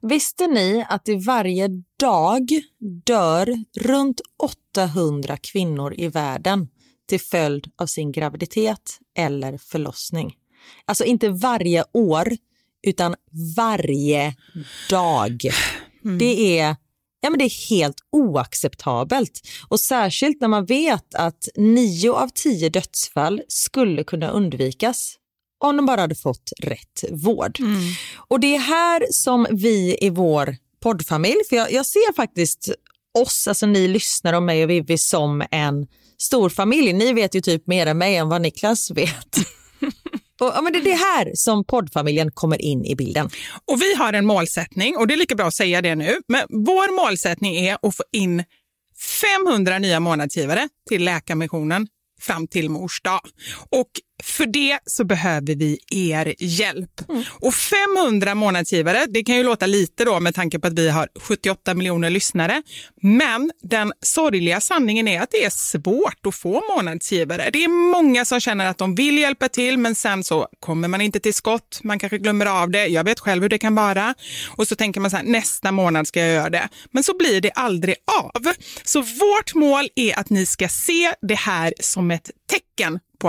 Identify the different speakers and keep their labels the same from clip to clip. Speaker 1: Visste ni att i varje dag dör runt 800 kvinnor i världen till följd av sin graviditet eller förlossning? Alltså inte varje år, utan varje dag. Det är Ja, men det är helt oacceptabelt. Och särskilt när man vet att nio av tio dödsfall skulle kunna undvikas om de bara hade fått rätt vård. Och det är här som vi i vår poddfamilj, för jag, jag ser faktiskt oss, alltså ni lyssnar och mig och Vivi som en stor familj. Ni vet ju typ mer än mig än vad Niklas vet. och, ja, men det är det här som poddfamiljen kommer in i bilden.
Speaker 2: Och vi har en målsättning, och det är lika bra att säga det nu, men vår målsättning är att få in 500 nya månadsgivare till Läkarmissionen fram till mors dag. Och för det så behöver vi er hjälp. Och 500 månadsgivare, det kan ju låta lite då med tanke på att vi har 78 miljoner lyssnare, men den sorgliga sanningen är att det är svårt att få månadsgivare. Det är många som känner att de vill hjälpa till, men sen så kommer man inte till skott, man kanske glömmer av det, jag vet själv hur det kan vara, och så tänker man så här, nästa månad ska jag göra det, men så blir det aldrig av. Så vårt mål är att ni ska se det här som ett tecken på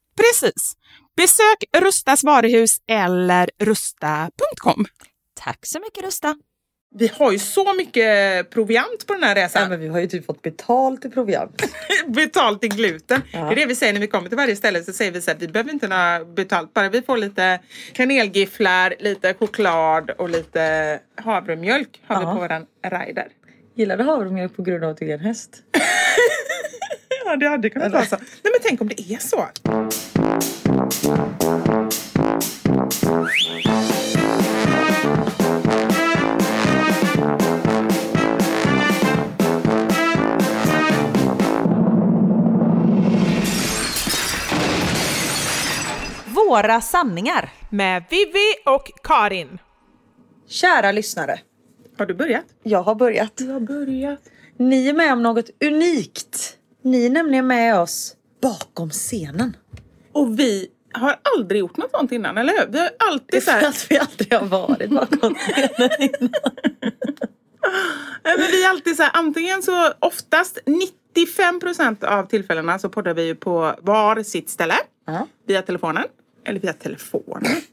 Speaker 2: Precis. Besök Rustas varuhus eller rusta.com.
Speaker 3: Tack så mycket Rusta.
Speaker 2: Vi har ju så mycket proviant på den här resan.
Speaker 1: men vi har ju typ fått betalt i proviant.
Speaker 2: betalt i gluten.
Speaker 1: Ja.
Speaker 2: Det är det vi säger när vi kommer till varje ställe. Så säger vi så här, vi behöver inte några betalt. Bara vi får lite kanelgifflar, lite choklad och lite havremjölk har vi på våran rider.
Speaker 1: Gillar du havremjölk på grund av att du är en häst?
Speaker 2: Ja, det hade kunnat vara så. Nej, men tänk om det är så.
Speaker 3: Våra sanningar.
Speaker 2: Med Vivi och Karin.
Speaker 1: Kära lyssnare,
Speaker 2: Har du börjat?
Speaker 1: jag har börjat.
Speaker 2: Jag har börjat.
Speaker 1: Ni är med om något unikt. Ni är nämligen med oss bakom scenen.
Speaker 2: Och vi har aldrig gjort något sånt innan, eller hur? Vi har
Speaker 1: Det är
Speaker 2: alltid så
Speaker 1: för
Speaker 2: här,
Speaker 1: att vi aldrig har varit bakom scenen innan.
Speaker 2: Nej, men vi är alltid så här, antingen så oftast 95 procent av tillfällena så poddar vi ju på var sitt ställe.
Speaker 1: Ja.
Speaker 2: Via telefonen. Eller via telefonen.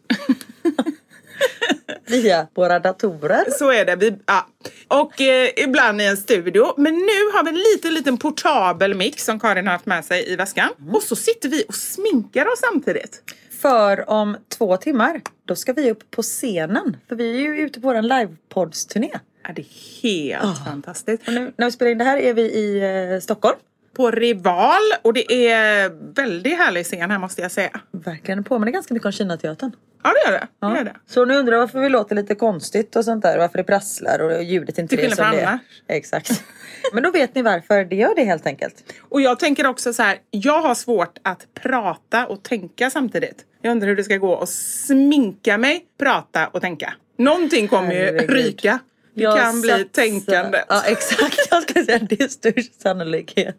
Speaker 1: Via våra datorer.
Speaker 2: Så är det. Vi, ja. Och eh, ibland i en studio. Men nu har vi en liten, liten portabel mick som Karin har haft med sig i väskan.
Speaker 1: Mm.
Speaker 2: Och så sitter vi och sminkar oss samtidigt.
Speaker 1: För om två timmar, då ska vi upp på scenen. För vi är ju ute på vår livepodsturné.
Speaker 2: Ja, det är helt
Speaker 1: Ah.
Speaker 2: fantastiskt.
Speaker 1: Och nu när vi spelar in det här är vi i eh, Stockholm.
Speaker 2: På Rival. Och det är väldigt härlig scen här måste jag säga.
Speaker 1: Verkligen, det påminner ganska mycket om Kinateatern.
Speaker 2: Ja, det gör det. det, gör
Speaker 1: Ja.
Speaker 2: det.
Speaker 1: Så nu undrar jag varför vi låter lite konstigt och sånt där. Varför det prasslar och ljudet inte
Speaker 2: Till
Speaker 1: är
Speaker 2: skillnad
Speaker 1: som
Speaker 2: från
Speaker 1: det är.
Speaker 2: annars.
Speaker 1: Exakt. Men då vet ni varför det gör det helt enkelt.
Speaker 2: Och jag tänker också så här, jag har svårt att prata och tänka samtidigt. Jag undrar hur det ska gå att sminka mig, prata och tänka. Någonting kommer ju
Speaker 1: Herregud.
Speaker 2: ryka. Det
Speaker 1: Jag
Speaker 2: kan bli
Speaker 1: satsar-
Speaker 2: tänkande.
Speaker 1: Ja exakt, jag ska säga det är störst sannolikhet.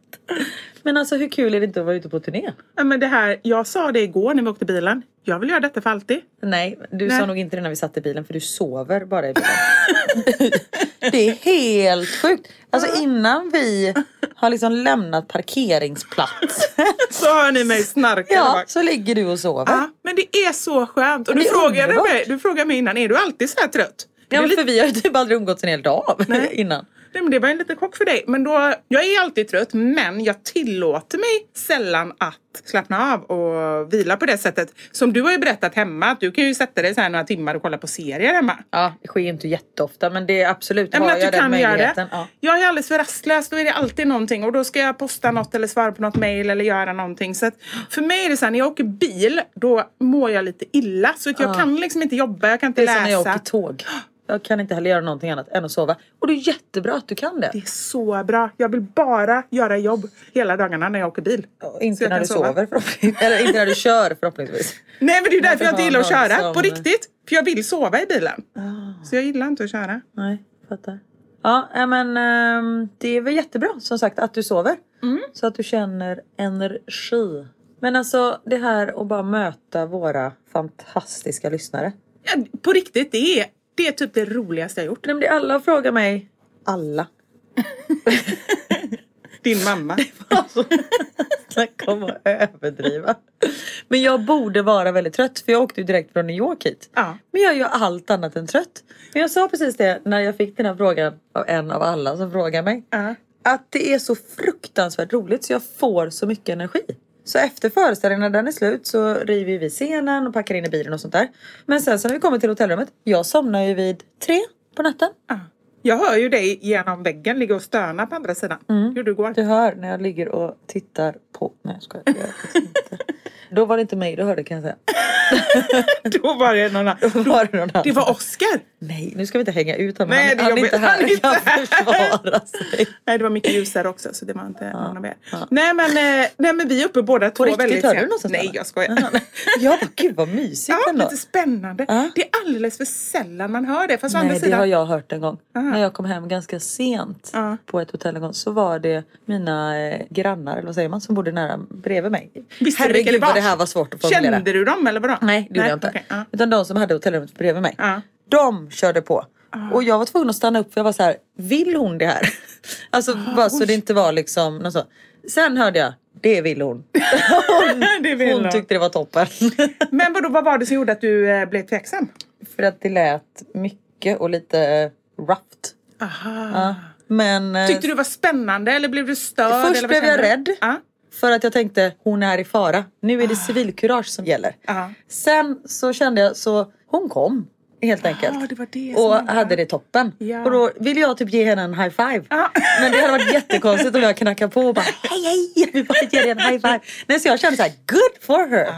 Speaker 1: Men alltså hur kul är det inte att vara ute på turné?
Speaker 2: Ja, Men det här, jag sa det igår när vi åkte bilen. Jag vill göra detta för alltid.
Speaker 1: Nej, du
Speaker 2: Nej.
Speaker 1: sa nog inte det när vi satt i bilen för du sover bara i bilen. det är helt sjukt. Alltså innan vi har liksom lämnat parkeringsplatsen
Speaker 2: Så hör ni mig snarka där
Speaker 1: ja,
Speaker 2: bak.
Speaker 1: så ligger du och sover.
Speaker 2: Ja, men det är så skönt. Och
Speaker 1: Men
Speaker 2: du
Speaker 1: det är
Speaker 2: frågade,
Speaker 1: underbart.
Speaker 2: mig, du frågade mig innan, är du alltid så här trött? Det
Speaker 1: Ja,
Speaker 2: är
Speaker 1: men
Speaker 2: lite-
Speaker 1: för vi har ju typ aldrig umgåtts en hel dag innan.
Speaker 2: Nej, men det var en liten chock för dig. Men då, jag är alltid trött, men jag tillåter mig sällan att slappna av och vila på det sättet. Som du har ju berättat hemma, att du kan ju sätta dig så här några timmar och kolla på serier hemma.
Speaker 1: Ja, det sker ju inte jätteofta men det är absolut,
Speaker 2: Nej, men
Speaker 1: har
Speaker 2: att du
Speaker 1: jag den
Speaker 2: kan göra det.
Speaker 1: möjligheten. Ja.
Speaker 2: Jag är alldeles för rastlös, då är det alltid någonting och då ska jag posta något eller svara på något mejl eller göra någonting. Så att för mig är det så här, när jag åker bil, då mår jag lite illa. Så att jag kan liksom inte jobba, jag kan inte
Speaker 1: Det är
Speaker 2: läsa.
Speaker 1: som när jag åker tåg. Jag kan inte heller göra någonting annat än att sova. Och det är jättebra att du kan det.
Speaker 2: Det är så bra. Jag vill bara göra jobb hela dagarna när jag åker bil. Så
Speaker 1: Inte
Speaker 2: jag
Speaker 1: när
Speaker 2: kan
Speaker 1: du
Speaker 2: sova.
Speaker 1: sover förhoppningsvis. Eller inte när du kör förhoppningsvis.
Speaker 2: Nej men det är ju därför jag inte gillar att
Speaker 1: Ja,
Speaker 2: köra
Speaker 1: som-
Speaker 2: på riktigt. För jag vill sova i bilen.
Speaker 1: Ah.
Speaker 2: Så jag gillar inte att köra.
Speaker 1: Nej, fattar. Ja, äh, men ehm, det är väl jättebra som sagt att du sover.
Speaker 2: Mm.
Speaker 1: Så att du känner energi. Men alltså det här att bara möta våra fantastiska lyssnare.
Speaker 2: Ja, på riktigt, det är, det är typ det roligaste jag gjort.
Speaker 1: Nej, men det är alla frågar mig. Alla.
Speaker 2: Din mamma.
Speaker 1: Alltså, snacka om att överdriva. Men jag borde vara väldigt trött för jag åkte ju direkt från New York hit.
Speaker 2: Ja.
Speaker 1: Men jag är ju allt annat än trött. Men jag sa precis det när jag fick den här frågan av en av alla som frågar mig.
Speaker 2: Ja.
Speaker 1: Att det är så fruktansvärt roligt så jag får så mycket energi. Så efter föreställningen när den är slut så river vi scenen och packar in i bilen och sånt där. Men sen så när vi kommer till hotellrummet, jag somnar ju vid tre på natten.
Speaker 2: Ja. Jag hör ju dig genom väggen ligga och stöna på andra sidan. Hur du går.
Speaker 1: Mm. Du hör när jag ligger och tittar på... Nej jag skojar. Jag gör faktiskt inte. Då var det inte mig du hörde kan jag säga.
Speaker 2: Då var det någon annan.
Speaker 1: Då var det någon annan.
Speaker 2: Det var Oscar!
Speaker 1: Nej nu ska vi inte hänga ut honom.
Speaker 2: Nej,
Speaker 1: han,
Speaker 2: det är
Speaker 1: han är
Speaker 2: jobbigt.
Speaker 1: inte här.
Speaker 2: Han är inte
Speaker 1: kan
Speaker 2: här.
Speaker 1: försvara sig.
Speaker 2: Nej, det var mycket ljusare också så det var inte någon av er. Nej, men, eh, nej, men vi är uppe båda två
Speaker 1: riktigt,
Speaker 2: väldigt
Speaker 1: hör du
Speaker 2: sent.
Speaker 1: någonstans,
Speaker 2: Nej,
Speaker 1: eller?
Speaker 2: jag skojar.
Speaker 1: Jag bara gud vad mysigt
Speaker 2: Ja,
Speaker 1: ändå.
Speaker 2: lite spännande.
Speaker 1: Ja.
Speaker 2: Det är alldeles för sällan man hör det. Fast å andra
Speaker 1: Nej det
Speaker 2: sidan...
Speaker 1: har jag hört en gång. När jag kom hem ganska sent
Speaker 2: Ja.
Speaker 1: på ett hotell en gång så var det mina eh, grannar eller vad säger man som bodde nära bredvid mig.
Speaker 2: Visste du vilka
Speaker 1: Herregud
Speaker 2: det var?
Speaker 1: vad det här var svårt att formulera.
Speaker 2: Kände du dem eller vadå?
Speaker 1: Nej, det gjorde jag inte.
Speaker 2: okej, ja.
Speaker 1: Utan de som hade hotellrummet bredvid mig.
Speaker 2: Ja. Ah.
Speaker 1: De körde på. Och jag var tvungen att stanna upp för jag var så här, vill hon det här? Alltså
Speaker 2: Ah,
Speaker 1: bara så det inte var liksom något så. Sen hörde jag, det vill hon. hon,
Speaker 2: Det vill
Speaker 1: hon
Speaker 2: hon.
Speaker 1: tyckte det var toppen.
Speaker 2: Men vadå, vad var det som gjorde att du eh, blev tveksam?
Speaker 1: för att det lät mycket och lite eh, rought.
Speaker 2: Aha.
Speaker 1: Ja. Men eh,
Speaker 2: Ah. Tyckte du det var spännande eller blev du störd?
Speaker 1: Först
Speaker 2: eller vad Ah.
Speaker 1: blev jag
Speaker 2: kände du?
Speaker 1: rädd.
Speaker 2: Ja.
Speaker 1: för att jag tänkte, hon är i fara. Nu är
Speaker 2: Ah.
Speaker 1: det civilkurage som gäller.
Speaker 2: Ja.
Speaker 1: Sen så kände jag, så hon kom helt enkelt.
Speaker 2: Ja, Ah, det var det som
Speaker 1: och
Speaker 2: hände.
Speaker 1: hade det toppen.
Speaker 2: Ja.
Speaker 1: Och då ville jag typ ge henne en high five.
Speaker 2: Ja.
Speaker 1: Men det hade varit jättekonstigt om jag knackade på och bara hej hej, vi bara ger dig en high five. Nej, så jag kände så här, good for her. Ah.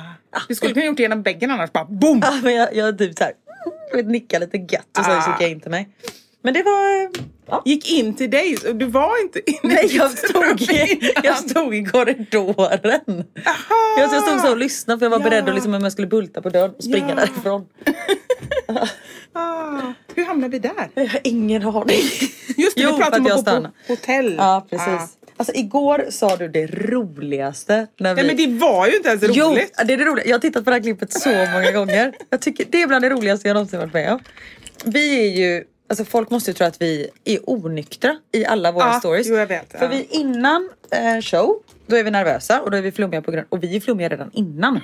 Speaker 2: Du skulle kunna gjort det genom väggen annars bara boom!
Speaker 1: Ja, men jag, jag typ så här, du vet, nickade lite gött och sen
Speaker 2: Ah.
Speaker 1: så gick jag in till mig. Men det var... eh, Ja.
Speaker 2: Gick in till dig, så du var inte inne
Speaker 1: Nej,
Speaker 2: i
Speaker 1: jag
Speaker 2: ditt
Speaker 1: stod,
Speaker 2: rum
Speaker 1: i,
Speaker 2: innan.
Speaker 1: jag stod i korridoren.
Speaker 2: Aha.
Speaker 1: Jag, jag stod så och lyssnade för jag var
Speaker 2: Ja.
Speaker 1: beredd att liksom, om jag skulle bulta på dörren och springa
Speaker 2: Ja.
Speaker 1: därifrån.
Speaker 2: Ah. Hur hamnade vi där?
Speaker 1: Jag har ingen aning.
Speaker 2: Just det,
Speaker 1: Jo,
Speaker 2: vi
Speaker 1: för att
Speaker 2: pratade om
Speaker 1: jag
Speaker 2: att bo
Speaker 1: stannade.
Speaker 2: på hotell.
Speaker 1: Ja, precis.
Speaker 2: Ah.
Speaker 1: Alltså igår sa du det roligaste. När vi...
Speaker 2: Nej men det var ju inte ens roligt.
Speaker 1: Jo, det är det roliga. Jag har tittat på det här klippet så många gånger. Jag tycker det är bland det roligaste jag någonsin varit med om. Vi är ju, alltså folk måste ju tro att vi är onyktra i alla våra
Speaker 2: Ja,
Speaker 1: stories.
Speaker 2: jo, jag vet.
Speaker 1: För
Speaker 2: Ja.
Speaker 1: vi innan eh, show, då är vi nervösa och då är vi flummiga på grund och vi är flummiga redan innan.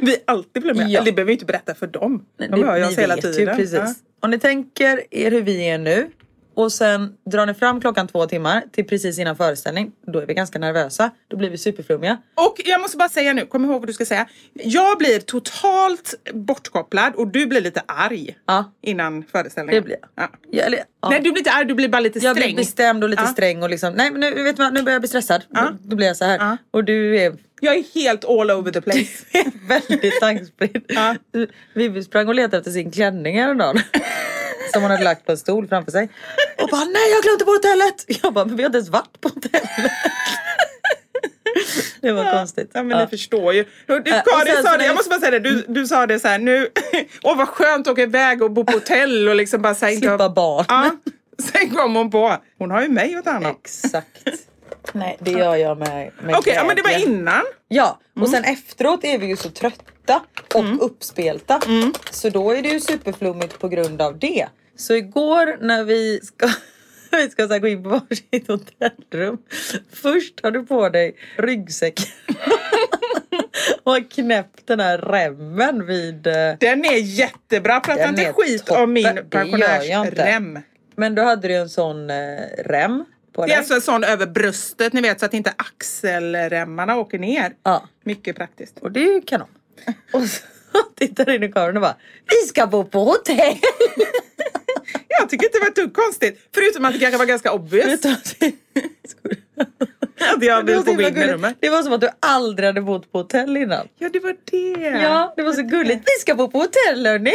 Speaker 2: Vi är alltid blir med.
Speaker 1: Ja.
Speaker 2: Eller Det behöver vi inte berätta för dem. De
Speaker 1: Ni-
Speaker 2: hör ju
Speaker 1: ni
Speaker 2: oss hela
Speaker 1: vet ju
Speaker 2: tiden. Ah.
Speaker 1: precis.
Speaker 2: Ja.
Speaker 1: Om ni tänker er hur vi är nu och sen drar ni fram klockan två timmar till precis innan föreställning, då är vi ganska nervösa. Då blir vi superflummiga.
Speaker 2: Och jag måste bara säga nu, kom ihåg vad du ska säga. Jag blir totalt bortkopplad och du blir lite arg
Speaker 1: Ja.
Speaker 2: innan föreställningen.
Speaker 1: Det blir jag.
Speaker 2: Ja.
Speaker 1: Ja, eller, ja.
Speaker 2: Nej, du blir inte arg, du blir bara lite
Speaker 1: Jag
Speaker 2: sträng.
Speaker 1: blir bestämd och lite
Speaker 2: Ja.
Speaker 1: sträng och liksom, nej men nu, vet du vad, nu börjar jag bli stressad.
Speaker 2: Ja.
Speaker 1: Då blir jag så här.
Speaker 2: Ja.
Speaker 1: Och du är
Speaker 2: Jag är helt all over the place.
Speaker 1: väldigt tankspridd.
Speaker 2: Ja.
Speaker 1: Vivi sprang och letade efter sin klänning häromdagen. Som hon hade lagt på en stol framför sig. Och bara, nej jag har glömt det på hotellet! Jag bara, men vi har inte ens varit på hotellet. Det var konstigt.
Speaker 2: Ja, men ni förstår ju. Du, du,
Speaker 1: Äh, och
Speaker 2: Karin
Speaker 1: sen så
Speaker 2: sa det,
Speaker 1: när
Speaker 2: jag
Speaker 1: vi-
Speaker 2: måste bara säga det, du, du sa det så här nu, åh vad skönt att åka iväg och bo på hotell och liksom bara säga
Speaker 1: Slippa barn.
Speaker 2: Ja, sen kom hon på, hon har ju mig att ta hand om. Okej,
Speaker 1: Exakt. Nej, det gör jag med, med
Speaker 2: ja, men det var Mm.
Speaker 1: glädje.
Speaker 2: innan.
Speaker 1: Ja, och sen efteråt är vi ju så trötta och
Speaker 2: Mm.
Speaker 1: uppspelta. Så då är det ju superflummigt på grund av det. Så igår när vi ska, vi ska så här gå in på varsitt hotellrum. Först har du på dig ryggsäcken. och har knäppt den här remmen vid... eh,
Speaker 2: Den är jättebra, prata
Speaker 1: Den
Speaker 2: inte
Speaker 1: är
Speaker 2: skit
Speaker 1: toppen,
Speaker 2: om
Speaker 1: det gör
Speaker 2: min
Speaker 1: jag inte.
Speaker 2: pensionärsrem.
Speaker 1: Men då hade du ju en sån eh, rem på
Speaker 2: Det
Speaker 1: dig.
Speaker 2: är alltså en sån över bröstet, ni vet, så att inte axelremmarna åker ner.
Speaker 1: Ja.
Speaker 2: Mycket praktiskt.
Speaker 1: Och det är ju kanon. Och så tittar in i kameran och bara Vi ska bo på hotell!
Speaker 2: Jag tycker inte det var ett dugg konstigt. Förutom att det kanske var ganska obvious
Speaker 1: Utan att vi-
Speaker 2: att jag
Speaker 1: Det var
Speaker 2: vill
Speaker 1: så
Speaker 2: få gå
Speaker 1: himla
Speaker 2: in i
Speaker 1: gulligt.
Speaker 2: rummet.
Speaker 1: Det var som att du aldrig hade bott på hotell innan.
Speaker 2: Ja, det var det.
Speaker 1: Ja, det var så gulligt. Vi ska bo på hotell hörni!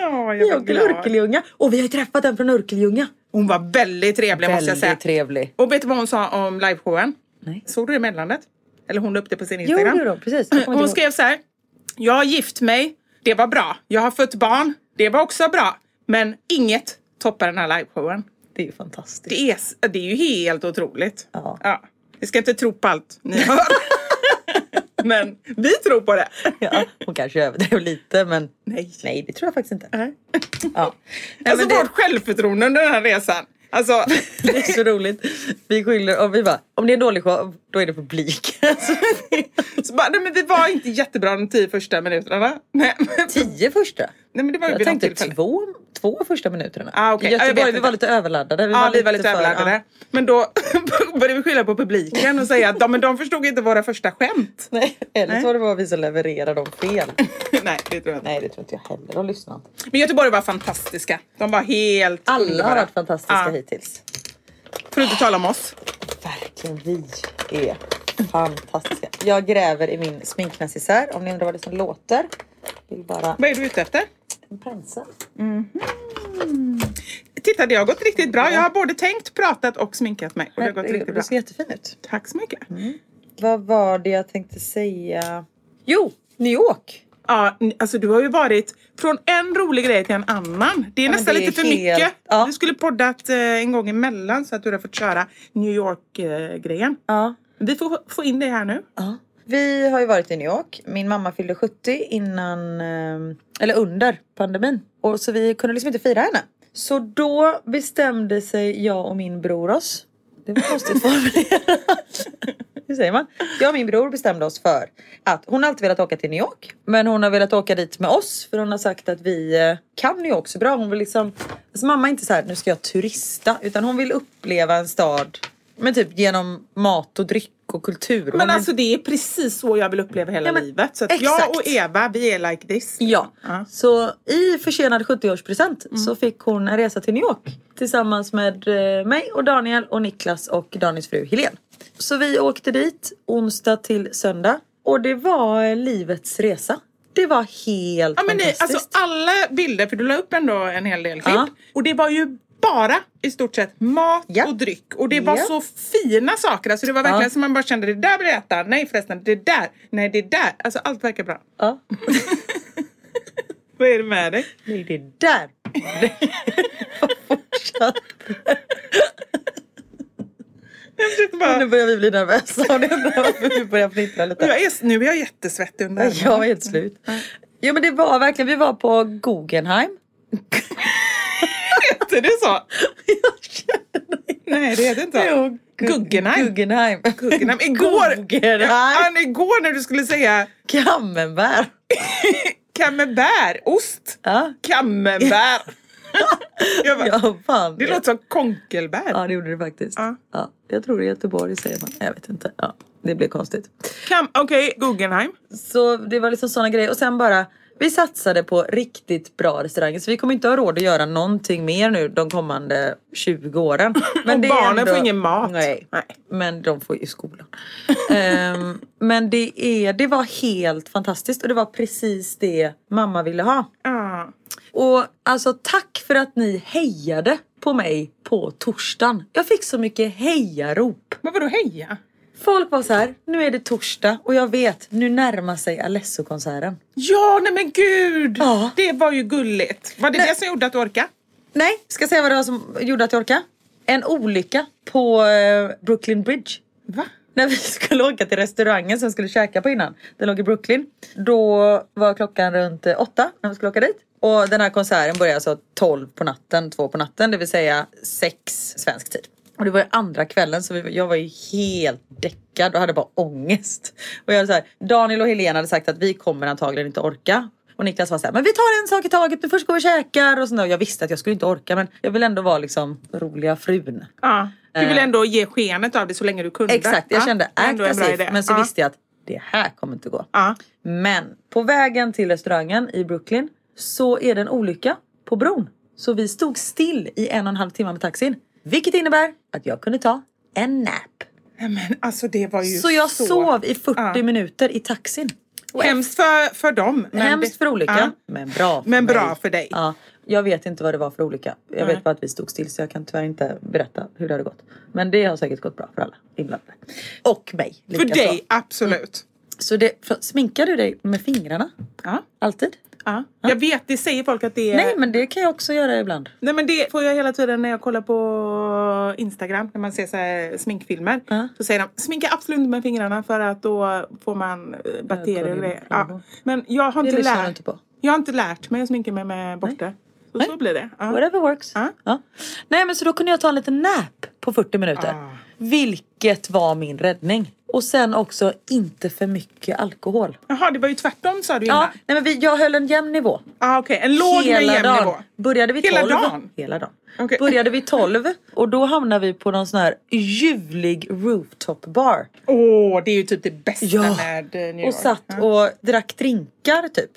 Speaker 2: ja jag var
Speaker 1: Jag till
Speaker 2: glad.
Speaker 1: Örkeljunga. Och vi har ju träffat en från Örkeljunga.
Speaker 2: Hon var väldigt trevlig måste jag säga.
Speaker 1: Väldigt trevlig.
Speaker 2: Och vet du vad hon sa om liveshowen?
Speaker 1: Nej.
Speaker 2: Såg du det meddelandet? Eller hon la upp det på sin
Speaker 1: Jo,
Speaker 2: Instagram.
Speaker 1: jo då, precis. Jag kommer inte
Speaker 2: Hon
Speaker 1: ihåg.
Speaker 2: skrev så här. Jag har gift mig. Det var bra. Jag har fött barn. Det var också bra. Men inget toppar den här liveshowen.
Speaker 1: Det är ju fantastiskt.
Speaker 2: Det är, s- det är ju helt otroligt.
Speaker 1: Ja.
Speaker 2: Vi ska inte tro på allt ni hör. Men vi tror på det.
Speaker 1: Ja, hon kanske överdrev lite men
Speaker 2: Nej.
Speaker 1: nej det tror jag faktiskt inte.
Speaker 2: Nej.
Speaker 1: Ja. Nej,
Speaker 2: Alltså
Speaker 1: men det,
Speaker 2: vårt självförtroende under den här resan. Alltså,
Speaker 1: det är så roligt. Vi skyller, om vi bara, om det är en dålig show då är det publiken. Alltså,
Speaker 2: så bara, nej, men vi var inte jättebra de tio första minuterna. Nej, men,
Speaker 1: tio första.
Speaker 2: nej, men det var ju
Speaker 1: Jag
Speaker 2: vid något
Speaker 1: tänkte
Speaker 2: tillfälle.
Speaker 1: två, två första minuterna.
Speaker 2: Ah, okej.
Speaker 1: I
Speaker 2: Ja, jag
Speaker 1: Göteborg
Speaker 2: vet
Speaker 1: vi var
Speaker 2: inte.
Speaker 1: lite överladdade. Vi
Speaker 2: Ja, vi var lite
Speaker 1: för-
Speaker 2: överladdade.
Speaker 1: ja.
Speaker 2: Men då började vi skylla på publiken och säga att de, men de förstod inte våra första skämt.
Speaker 1: Nej, eller
Speaker 2: Nej.
Speaker 1: så var det bara vi som levererade dem fel.
Speaker 2: Nej, det tror jag inte.
Speaker 1: Nej det tror inte jag heller, de lyssnade inte.
Speaker 2: Men Göteborg var fantastiska. De var helt
Speaker 1: Alla har
Speaker 2: underbara.
Speaker 1: varit fantastiska
Speaker 2: Ja.
Speaker 1: hittills.
Speaker 2: För att inte tala om oss.
Speaker 1: Verkligen, vi är fantastiska. Jag gräver i min sminknäsisär om ni undrar vad det är som låter. Vill bara...
Speaker 2: Vad är du ute efter?
Speaker 1: En pensa. Mm.
Speaker 2: Titta, det har gått riktigt bra. Jag har både tänkt, pratat och sminkat mig. Och det har gått riktigt
Speaker 1: Herregud,
Speaker 2: bra.
Speaker 1: Du ser jättefin ut.
Speaker 2: Tack så mycket.
Speaker 1: Mm. Vad var det jag tänkte säga? Jo, New York.
Speaker 2: Ja, n- alltså du har ju varit från en rolig grej till en annan. Det är
Speaker 1: Ja, men
Speaker 2: nästan
Speaker 1: det är
Speaker 2: lite för
Speaker 1: helt-
Speaker 2: mycket.
Speaker 1: ja.
Speaker 2: Du skulle poddat eh, en gång emellan så att du har fått köra New York-grejen.
Speaker 1: Ja.
Speaker 2: Vi får få in det här nu.
Speaker 1: ja. Vi har ju varit i New York. Min mamma fyllde 70 innan, eh, eller under pandemin. Och så vi kunde liksom inte fira henne. Så då bestämde sig jag och min bror oss. Det var konstigt formulerat. Hur säger man? Jag och min bror bestämde oss för att hon har alltid velat åka till New York. Men hon har velat åka dit med oss för hon har sagt att vi eh, kan New York så bra. Hon vill liksom, alltså mamma är inte så här, nu ska jag turista. Utan hon vill uppleva en stad men typ genom mat och dryck och kultur. Hon
Speaker 2: Men
Speaker 1: vill-
Speaker 2: alltså det är precis så jag vill uppleva hela
Speaker 1: Ja, men
Speaker 2: livet. Så att
Speaker 1: exakt.
Speaker 2: jag och Eva, vi är like this.
Speaker 1: Ja,
Speaker 2: Ja. Mm.
Speaker 1: så i försenad 70-årspresent så fick hon en resa till New York tillsammans med eh, mig och Daniel och Niklas och Daniels fru Helene. Så vi åkte dit onsdag till söndag och det var eh, livets resa. Det var helt
Speaker 2: Ja, men ni,
Speaker 1: fantastiskt.
Speaker 2: alltså alla bilder, för du la upp ändå en hel del klipp.
Speaker 1: Ja.
Speaker 2: Och det var ju bara i stort sett mat
Speaker 1: Ja.
Speaker 2: och dryck. Och det var
Speaker 1: Ja.
Speaker 2: så fina saker. Alltså det var verkligen
Speaker 1: Ja.
Speaker 2: som man bara kände, det där vill jag äta. Nej förresten, det där. Nej, det där. Alltså allt verkar bra.
Speaker 1: ja.
Speaker 2: Vad är det med dig?
Speaker 1: Nej, det är där! Fortsätt.
Speaker 2: Jag försökte bara...
Speaker 1: Nu börjar vi bli nervösa och nu undrar varför vi börjar fnittra lite.
Speaker 2: Jag är, nu är jag jättesvettig under armarna.
Speaker 1: Jag är helt slut. Ja men det var verkligen, vi var på Guggenheim.
Speaker 2: Heter det så? Nej, det heter inte så.
Speaker 1: Jo, Gu-
Speaker 2: Guggenheim.
Speaker 1: Guggenheim.
Speaker 2: Guggenheim. Igår,
Speaker 1: Guggenheim.
Speaker 2: Ja, igår när du skulle säga
Speaker 1: Camembert.
Speaker 2: Camembert, ost.
Speaker 1: Ja.
Speaker 2: Camembert. jag bara,
Speaker 1: Ja, fan.
Speaker 2: Det låter som konkelbär.
Speaker 1: Ja, det gjorde det faktiskt.
Speaker 2: Ja.
Speaker 1: Ja, jag tror det är Göteborg säger man. Jag vet inte. Ja, det blev konstigt.
Speaker 2: Cam- Okej, Guggenheim.
Speaker 1: Så det var liksom såna grejer. Och sen bara, vi satsade på riktigt bra restauranger. Så vi kommer inte ha råd att göra någonting mer nu de kommande 20 åren. Men
Speaker 2: Och
Speaker 1: är
Speaker 2: barnen får ingen mat.
Speaker 1: Nej.
Speaker 2: Nej.
Speaker 1: Men de får ju skolan. Ehm, men det, är, det var helt fantastiskt och det var precis det mamma ville ha.
Speaker 2: Ja.
Speaker 1: Och alltså tack för att ni hejade på mig på torsdagen. Jag fick så mycket hejarop.
Speaker 2: Men vadå heja?
Speaker 1: Folk var så här, nu är det torsdag och jag vet, nu närmar sig Alesso-konserten.
Speaker 2: Ja, nej men gud!
Speaker 1: Ja.
Speaker 2: Det var ju gulligt. Var det det som gjorde att du orkade?
Speaker 1: Nej, ska jag säga vad det var som gjorde att jag orkade? En olycka på eh, Brooklyn Bridge.
Speaker 2: Va?
Speaker 1: När vi skulle åka till restaurangen som vi skulle käka på innan, den låg i Brooklyn. Då var klockan runt eh, åtta när vi skulle åka dit. Och den här konserten började alltså 12 på natten, 2 på natten, det vill säga 6 svensk tid. Och det var ju andra kvällen så vi, jag var ju helt däckad och hade bara ångest. Och jag hade så här, Daniel och Helena hade sagt att vi kommer antagligen inte orka. Och Niklas var så här, men vi tar en sak i taget, men först går vi och käkar. Och sånt där. Jag visste att jag skulle inte orka men jag vill ändå vara liksom roliga frun.
Speaker 2: Ja. Du vill
Speaker 1: Eh.
Speaker 2: ändå ge skenet av det så länge du kunde.
Speaker 1: Exakt, jag
Speaker 2: Ja,
Speaker 1: kände
Speaker 2: det är
Speaker 1: act
Speaker 2: "Äh, ändå en
Speaker 1: as
Speaker 2: bra
Speaker 1: if.
Speaker 2: idé.
Speaker 1: Men så
Speaker 2: Ja.
Speaker 1: visste jag att det här kommer inte gå.
Speaker 2: Ja.
Speaker 1: Men på vägen till restaurangen i Brooklyn så är det en olycka på bron. Så vi stod still i en och en halv timme med taxin. Vilket innebär att jag kunde ta en nap.
Speaker 2: Nej, men alltså det var ju
Speaker 1: Så jag
Speaker 2: så...
Speaker 1: sov i 40
Speaker 2: Ja.
Speaker 1: minuter i taxin.
Speaker 2: Hemskt för, för dem. men
Speaker 1: Hemskt
Speaker 2: det-
Speaker 1: för olyckan,
Speaker 2: Ja.
Speaker 1: men bra för
Speaker 2: Men bra
Speaker 1: mig.
Speaker 2: för dig.
Speaker 1: Ja, jag vet inte vad det var för olycka. Jag
Speaker 2: Nej.
Speaker 1: vet bara att vi stod still så jag kan tyvärr inte berätta hur det hade gått. Men det har säkert gått bra för alla inblandade. Och mig.
Speaker 2: För
Speaker 1: likaså.
Speaker 2: dig, absolut.
Speaker 1: Så det, för, sminkar du dig med fingrarna?
Speaker 2: Ja.
Speaker 1: Alltid?
Speaker 2: Ja. Jag vet, det säger folk att det är...
Speaker 1: Mm. Nej, men det kan jag också göra ibland.
Speaker 2: Nej men det får jag hela tiden när jag kollar på Instagram när man ser så här sminkfilmer.
Speaker 1: Ja.
Speaker 2: Så säger de sminka absolut inte med fingrarna för att då får man eh, bakterier och grejer. Ja.
Speaker 1: Ögonflagor.
Speaker 2: Men jag har,
Speaker 1: Det
Speaker 2: inte
Speaker 1: lyssnar du
Speaker 2: lärt,
Speaker 1: inte på.
Speaker 2: jag har inte lärt mig att sminka mig med borste. Så, så blir det. Ja.
Speaker 1: Whatever works.
Speaker 2: Ja.
Speaker 1: Ja. Nej, men så då kunde jag ta en liten nap på 40 minuter.
Speaker 2: Ah.
Speaker 1: Vilket var min räddning. Och sen också inte för mycket alkohol.
Speaker 2: Jaha, det var ju tvärtom sa du
Speaker 1: Ja,
Speaker 2: innan. Ja.
Speaker 1: nej men vi, jag höll en jämn nivå.
Speaker 2: Ah, Okej, en låg men jämn
Speaker 1: dagen.
Speaker 2: nivå.
Speaker 1: Började vi
Speaker 2: Hela
Speaker 1: 12.
Speaker 2: dagen?
Speaker 1: Hela dagen.
Speaker 2: Okej.
Speaker 1: Började vi 12 och då hamnade vi på någon sån här ljuvlig rooftop bar.
Speaker 2: Åh, det är ju typ det bästa
Speaker 1: Ja.
Speaker 2: med eh, New York. Ah.
Speaker 1: Och satt och drack drinkar typ.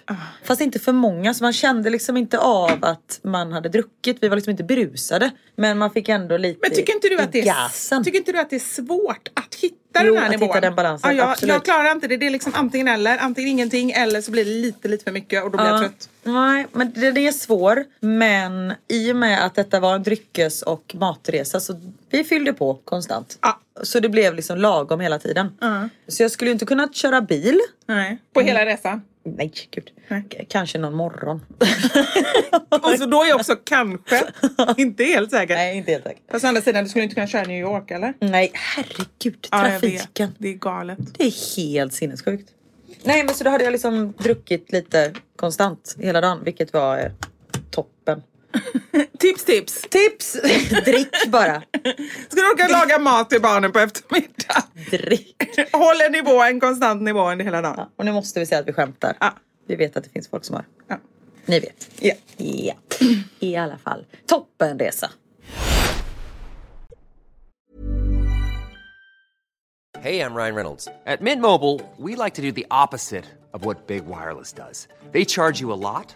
Speaker 1: Fast inte för många så man kände liksom inte av att man hade druckit. Vi var liksom inte berusade. Men man fick ändå lite
Speaker 2: Men tycker inte, du att
Speaker 1: i
Speaker 2: det är,
Speaker 1: gasen.
Speaker 2: tycker inte du att det är svårt att hitta
Speaker 1: Jo,
Speaker 2: den här
Speaker 1: att
Speaker 2: nivån?
Speaker 1: hitta den balansen,
Speaker 2: ja, jag,
Speaker 1: absolut.
Speaker 2: jag klarar inte det. Det är liksom antingen eller, antingen ingenting eller så blir det lite, lite för mycket och då blir jag trött.
Speaker 1: Nej, men den är svår. Men i och med att detta var en dryckes och matresa så vi fyllde på konstant.
Speaker 2: Ja.
Speaker 1: Så det blev liksom lagom hela tiden.
Speaker 2: Ah.
Speaker 1: Så jag skulle ju inte kunna köra bil.
Speaker 2: Nej, på hela
Speaker 1: Mm.
Speaker 2: resan.
Speaker 1: Nej, gud.
Speaker 2: Nej.
Speaker 1: K- Kanske någon morgon.
Speaker 2: Och så Alltså, då är jag också kanske inte helt säker.
Speaker 1: Nej, inte helt säkert.
Speaker 2: Fast å andra sidan, du skulle inte kunna köra New York eller?
Speaker 1: Nej, herregud.
Speaker 2: Ja, jag vet.
Speaker 1: Trafiken.
Speaker 2: Det är galet.
Speaker 1: Det är helt sinnessjukt. Nej men så då hade jag liksom druckit lite konstant hela dagen vilket var eh, toppen.
Speaker 2: Tips, tips!
Speaker 1: Tips! Drick bara.
Speaker 2: Ska du orka laga mat till barnen på eftermiddagen?
Speaker 1: Drick.
Speaker 2: Håll en nivå, en konstant nivå under hela dagen.
Speaker 1: Och nu måste vi säga att vi skämtar.
Speaker 2: Ja.
Speaker 1: Vi vet att det finns folk som har.
Speaker 2: Ja.
Speaker 1: Ni vet.
Speaker 2: Ja.
Speaker 1: Ja. I alla fall. Toppenresa.
Speaker 4: Hey, I'm Ryan Reynolds. At Mint Mobile, we like to do the opposite of what Big Wireless does. They charge you a lot,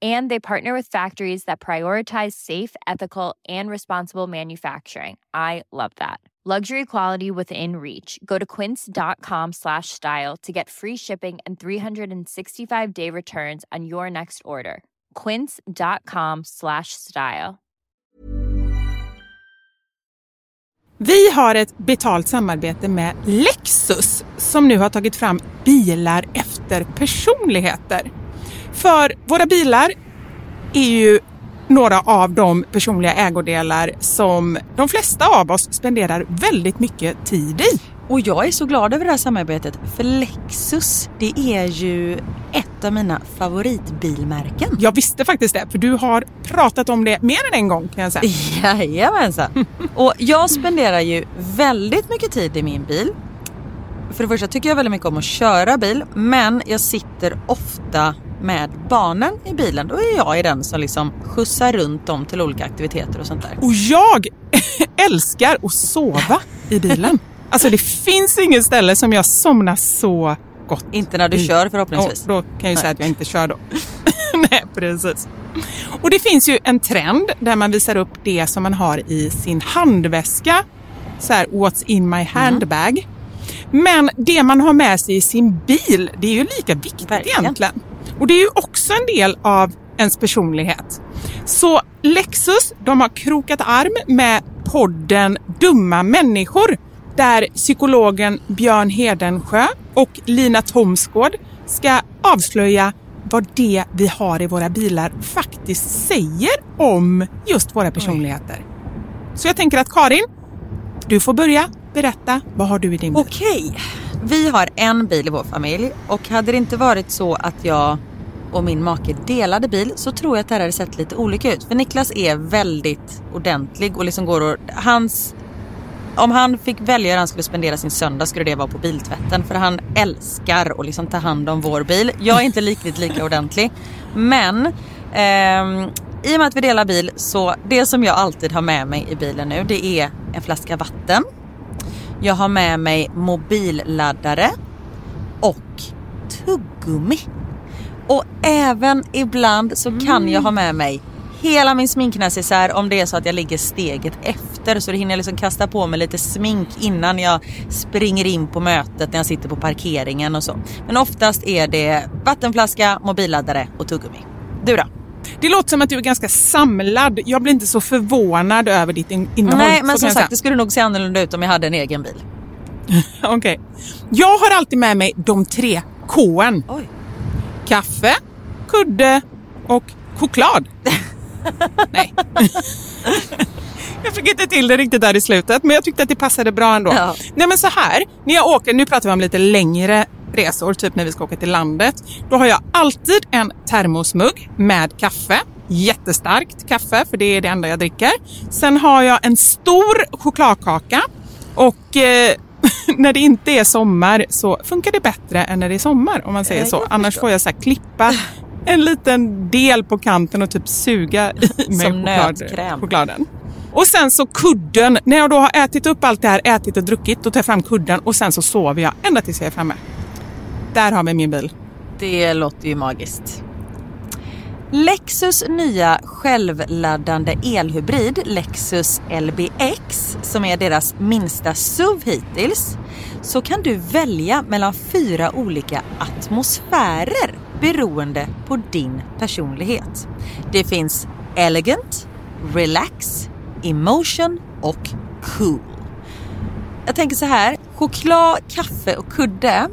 Speaker 5: And they partner with factories that prioritize safe, ethical, and responsible manufacturing. I love that. Luxury quality within reach. Go to quince.com slash style to get free shipping and 365 day returns on your next order. Quince.com slash style.
Speaker 2: Vi har ett betalt samarbete med Lexus som nu har tagit fram bilar efter personligheter. För våra bilar är ju några av de personliga ägodelar som de flesta av oss spenderar väldigt mycket tid i.
Speaker 3: Och jag är så glad över det här samarbetet för Lexus det är ju ett av mina favoritbilmärken.
Speaker 2: Jag visste faktiskt det, för du har pratat om det mer än en gång kan jag säga.
Speaker 3: Jajamensan. Och jag spenderar ju väldigt mycket tid i min bil. För det första tycker jag väldigt mycket om att köra bil men jag sitter ofta
Speaker 1: med barnen i bilen, då är jag i den som liksom skjutsar runt dem till olika aktiviteter och sånt där.
Speaker 2: Och jag älskar att sova i bilen. Alltså det finns inget ställe som jag somnar så gott.
Speaker 1: Inte när du
Speaker 2: i.
Speaker 1: kör förhoppningsvis.
Speaker 2: Ja, då kan jag ju säga att jag inte kör då. Nej, precis. Och det finns ju en trend där man visar upp det som man har i sin handväska. Så här, what's in
Speaker 1: Mhm.
Speaker 2: my handbag. Men det man har med sig i sin bil, det är ju lika viktigt
Speaker 1: Verkligen.
Speaker 2: egentligen. Och det är ju också en del av ens personlighet. Så Lexus, de har krokat arm med podden Dumma människor där psykologen Björn Hedensjö och Lina Thomsgård ska avslöja vad det vi har i våra bilar faktiskt säger om just våra personligheter. Så jag tänker att Karin, du får börja berätta. Vad har du i din bil?
Speaker 1: Okej. Vi har en bil i vår familj och hade det inte varit så att jag och min make delade bil så tror jag att det här hade sett lite olika ut. För Niklas är väldigt ordentlig och liksom går och... Hans... Om han fick välja hur han skulle spendera sin söndag skulle det vara på biltvätten för han älskar att liksom ta hand om vår bil. Jag är inte riktigt lika ordentlig. Men ehm, i och med att vi delar bil så det som jag alltid har med mig i bilen nu det är en flaska vatten. Jag har med mig mobilladdare och tuggummi. Och även ibland så kan jag ha med mig hela min sminknäsisär om det är så att jag ligger steget efter så det hinner jag liksom kasta på mig lite smink innan jag springer in på mötet när jag sitter på parkeringen och så. Men oftast är det vattenflaska, mobilladdare och tuggummi. Du då?
Speaker 2: Det låter som att du är ganska samlad. Jag blir inte så förvånad över ditt in- innehåll.
Speaker 1: Nej
Speaker 2: så
Speaker 1: men
Speaker 2: kan
Speaker 1: som
Speaker 2: jag
Speaker 1: sagt det
Speaker 2: säga.
Speaker 1: skulle nog se annorlunda ut om jag hade en egen bil.
Speaker 2: Okej. Jag har alltid med mig de tre K-en.
Speaker 1: Oj.
Speaker 2: Kaffe, kudde och choklad. Nej. Jag fick inte till det riktigt där i slutet, men jag tyckte att det passade bra ändå.
Speaker 1: Ja.
Speaker 2: Nej men så här, när jag åker, nu pratar vi om lite längre resor, typ när vi ska åka till landet. Då har jag alltid en termosmugg med kaffe. Jättestarkt kaffe, för det är det enda jag dricker. Sen har jag en stor chokladkaka och eh, när det inte är sommar så funkar det bättre än när det är sommar om man säger så. Annars får jag så här klippa en liten del på kanten och typ suga i mig
Speaker 1: Som
Speaker 2: choklad,
Speaker 1: nötkräm.
Speaker 2: chokladen. Och sen så kudden. När jag då har ätit upp allt det här, ätit och druckit, då tar jag fram kudden och sen så sover jag ända tills jag är framme. Där har vi min bil.
Speaker 1: Det låter ju magiskt. Lexus nya självladdande elhybrid Lexus LBX som är deras minsta SUV hittills så kan du välja mellan fyra olika atmosfärer beroende på din personlighet. Det finns Elegant, Relax, Emotion och Cool. Jag tänker så här, choklad, kaffe och kudde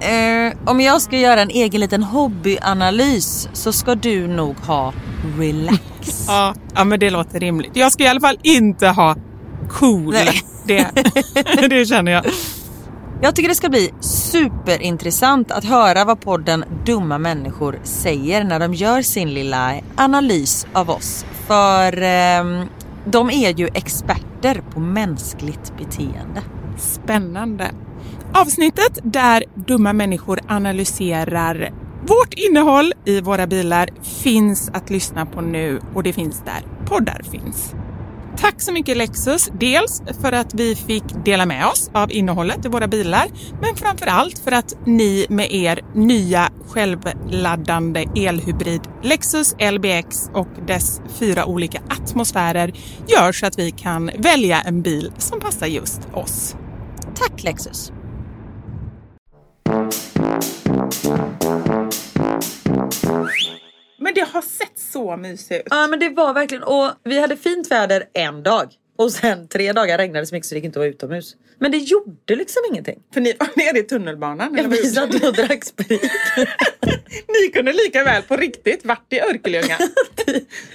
Speaker 1: Eh, om jag ska göra en egen liten hobbyanalys så ska du nog ha relax.
Speaker 2: Ja, ja men det låter rimligt. Jag ska i alla fall inte ha cool.
Speaker 1: Nej.
Speaker 2: Det, det känner jag.
Speaker 1: Jag tycker det ska bli superintressant att höra vad podden Dumma människor säger när de gör sin lilla analys av oss. För ehm, de är ju experter på mänskligt beteende.
Speaker 2: Spännande. Avsnittet där dumma människor analyserar vårt innehåll i våra bilar finns att lyssna på nu och det finns där poddar finns. Tack så mycket Lexus, dels för att vi fick dela med oss av innehållet i våra bilar, men framför allt för att ni med er nya självladdande elhybrid Lexus LBX och dess fyra olika atmosfärer gör så att vi kan välja en bil som passar just oss.
Speaker 1: Tack Lexus!
Speaker 2: Men det har sett så mysigt ut.
Speaker 1: Ja men det var verkligen och vi hade fint väder en dag och sen tre dagar regnade det så mycket så det gick inte att vara utomhus. Men det gjorde liksom ingenting.
Speaker 2: För ni var nere i tunnelbanan.
Speaker 1: Jag
Speaker 2: eller vad
Speaker 1: vi
Speaker 2: gjorde
Speaker 1: satt och drack sprit.
Speaker 2: ni? ni kunde lika väl på riktigt varit i Örkelljunga.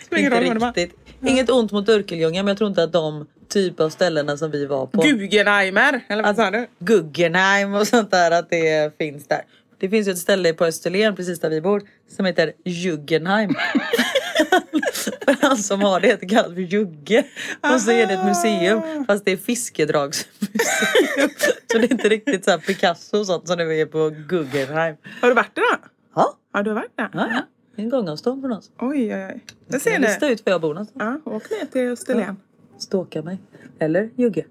Speaker 2: Spelar ingen
Speaker 1: Inte
Speaker 2: roll vad det var.
Speaker 1: riktigt. Inget ont mot Örkelljunga men jag tror inte att de typ av ställena som vi var på.
Speaker 2: Guggenheimer, eller vad sa du?
Speaker 1: Guggenheim och sånt där att det finns där. Det finns ju ett ställe på Österlen precis där vi bor som heter Juggenheim. för han som har det heter kallas för Jugge. Och så är det ett museum fast det är fiskedragsmuseum. så det är inte riktigt så här Picasso och sånt som det är på Guggenheim.
Speaker 2: Har du varit där?
Speaker 1: Ja,
Speaker 2: Har du varit där?
Speaker 1: Ja, ja. Det är en gångavstånd från oss.
Speaker 2: Oj, oj, oj. Där
Speaker 1: Jag
Speaker 2: ser
Speaker 1: lista
Speaker 2: ni.
Speaker 1: ut var jag bor någonstans.
Speaker 2: Ja, åk ner till Österlen.
Speaker 1: Ståka mig. Eller jugge.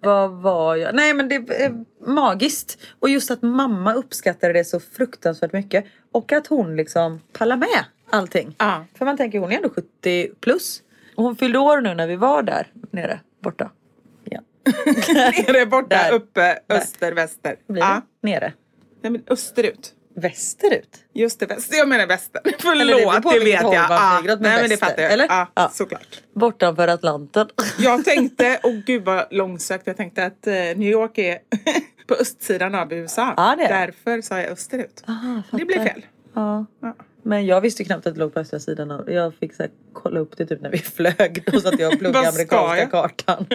Speaker 1: Vad var jag? Nej men det är eh, magiskt. Och just att mamma uppskattade det så fruktansvärt mycket. Och att hon liksom pallar med allting.
Speaker 2: Ja.
Speaker 1: För man tänker hon är ändå 70 plus. Och hon fyllde år nu när vi var där nere borta. Ja.
Speaker 2: Nere borta,
Speaker 1: Där.
Speaker 2: uppe, öster, väster.
Speaker 1: Vad blir
Speaker 2: Ja.
Speaker 1: det? Nere.
Speaker 2: Nej, men österut.
Speaker 1: Västerut.
Speaker 2: Just det, väster. Jag menar väster.
Speaker 1: Eller det beror
Speaker 2: Förlåt,
Speaker 1: på
Speaker 2: det,
Speaker 1: vilket
Speaker 2: vet
Speaker 1: håll
Speaker 2: jag.
Speaker 1: man
Speaker 2: Ja.
Speaker 1: flyger åt, men
Speaker 2: Nej, men det
Speaker 1: väster,
Speaker 2: fattar jag.
Speaker 1: eller?
Speaker 2: Ja,
Speaker 1: Ja.
Speaker 2: såklart.
Speaker 1: Bortanför Atlanten.
Speaker 2: Jag tänkte, och gud vad långsökt, jag tänkte att eh, New York är på östsidan av USA.
Speaker 1: Ja, det är det.
Speaker 2: Därför sa jag österut.
Speaker 1: Aha,
Speaker 2: det blev
Speaker 1: Ah, fattar.
Speaker 2: fel.
Speaker 1: Ja.
Speaker 2: Ja.
Speaker 1: Men jag visste ju knappt att det låg på östra sidan av. Jag fick så här, kolla upp det typ när vi flög. Då satt jag och pluggade
Speaker 2: Vad ska
Speaker 1: amerikanska
Speaker 2: jag?
Speaker 1: kartan.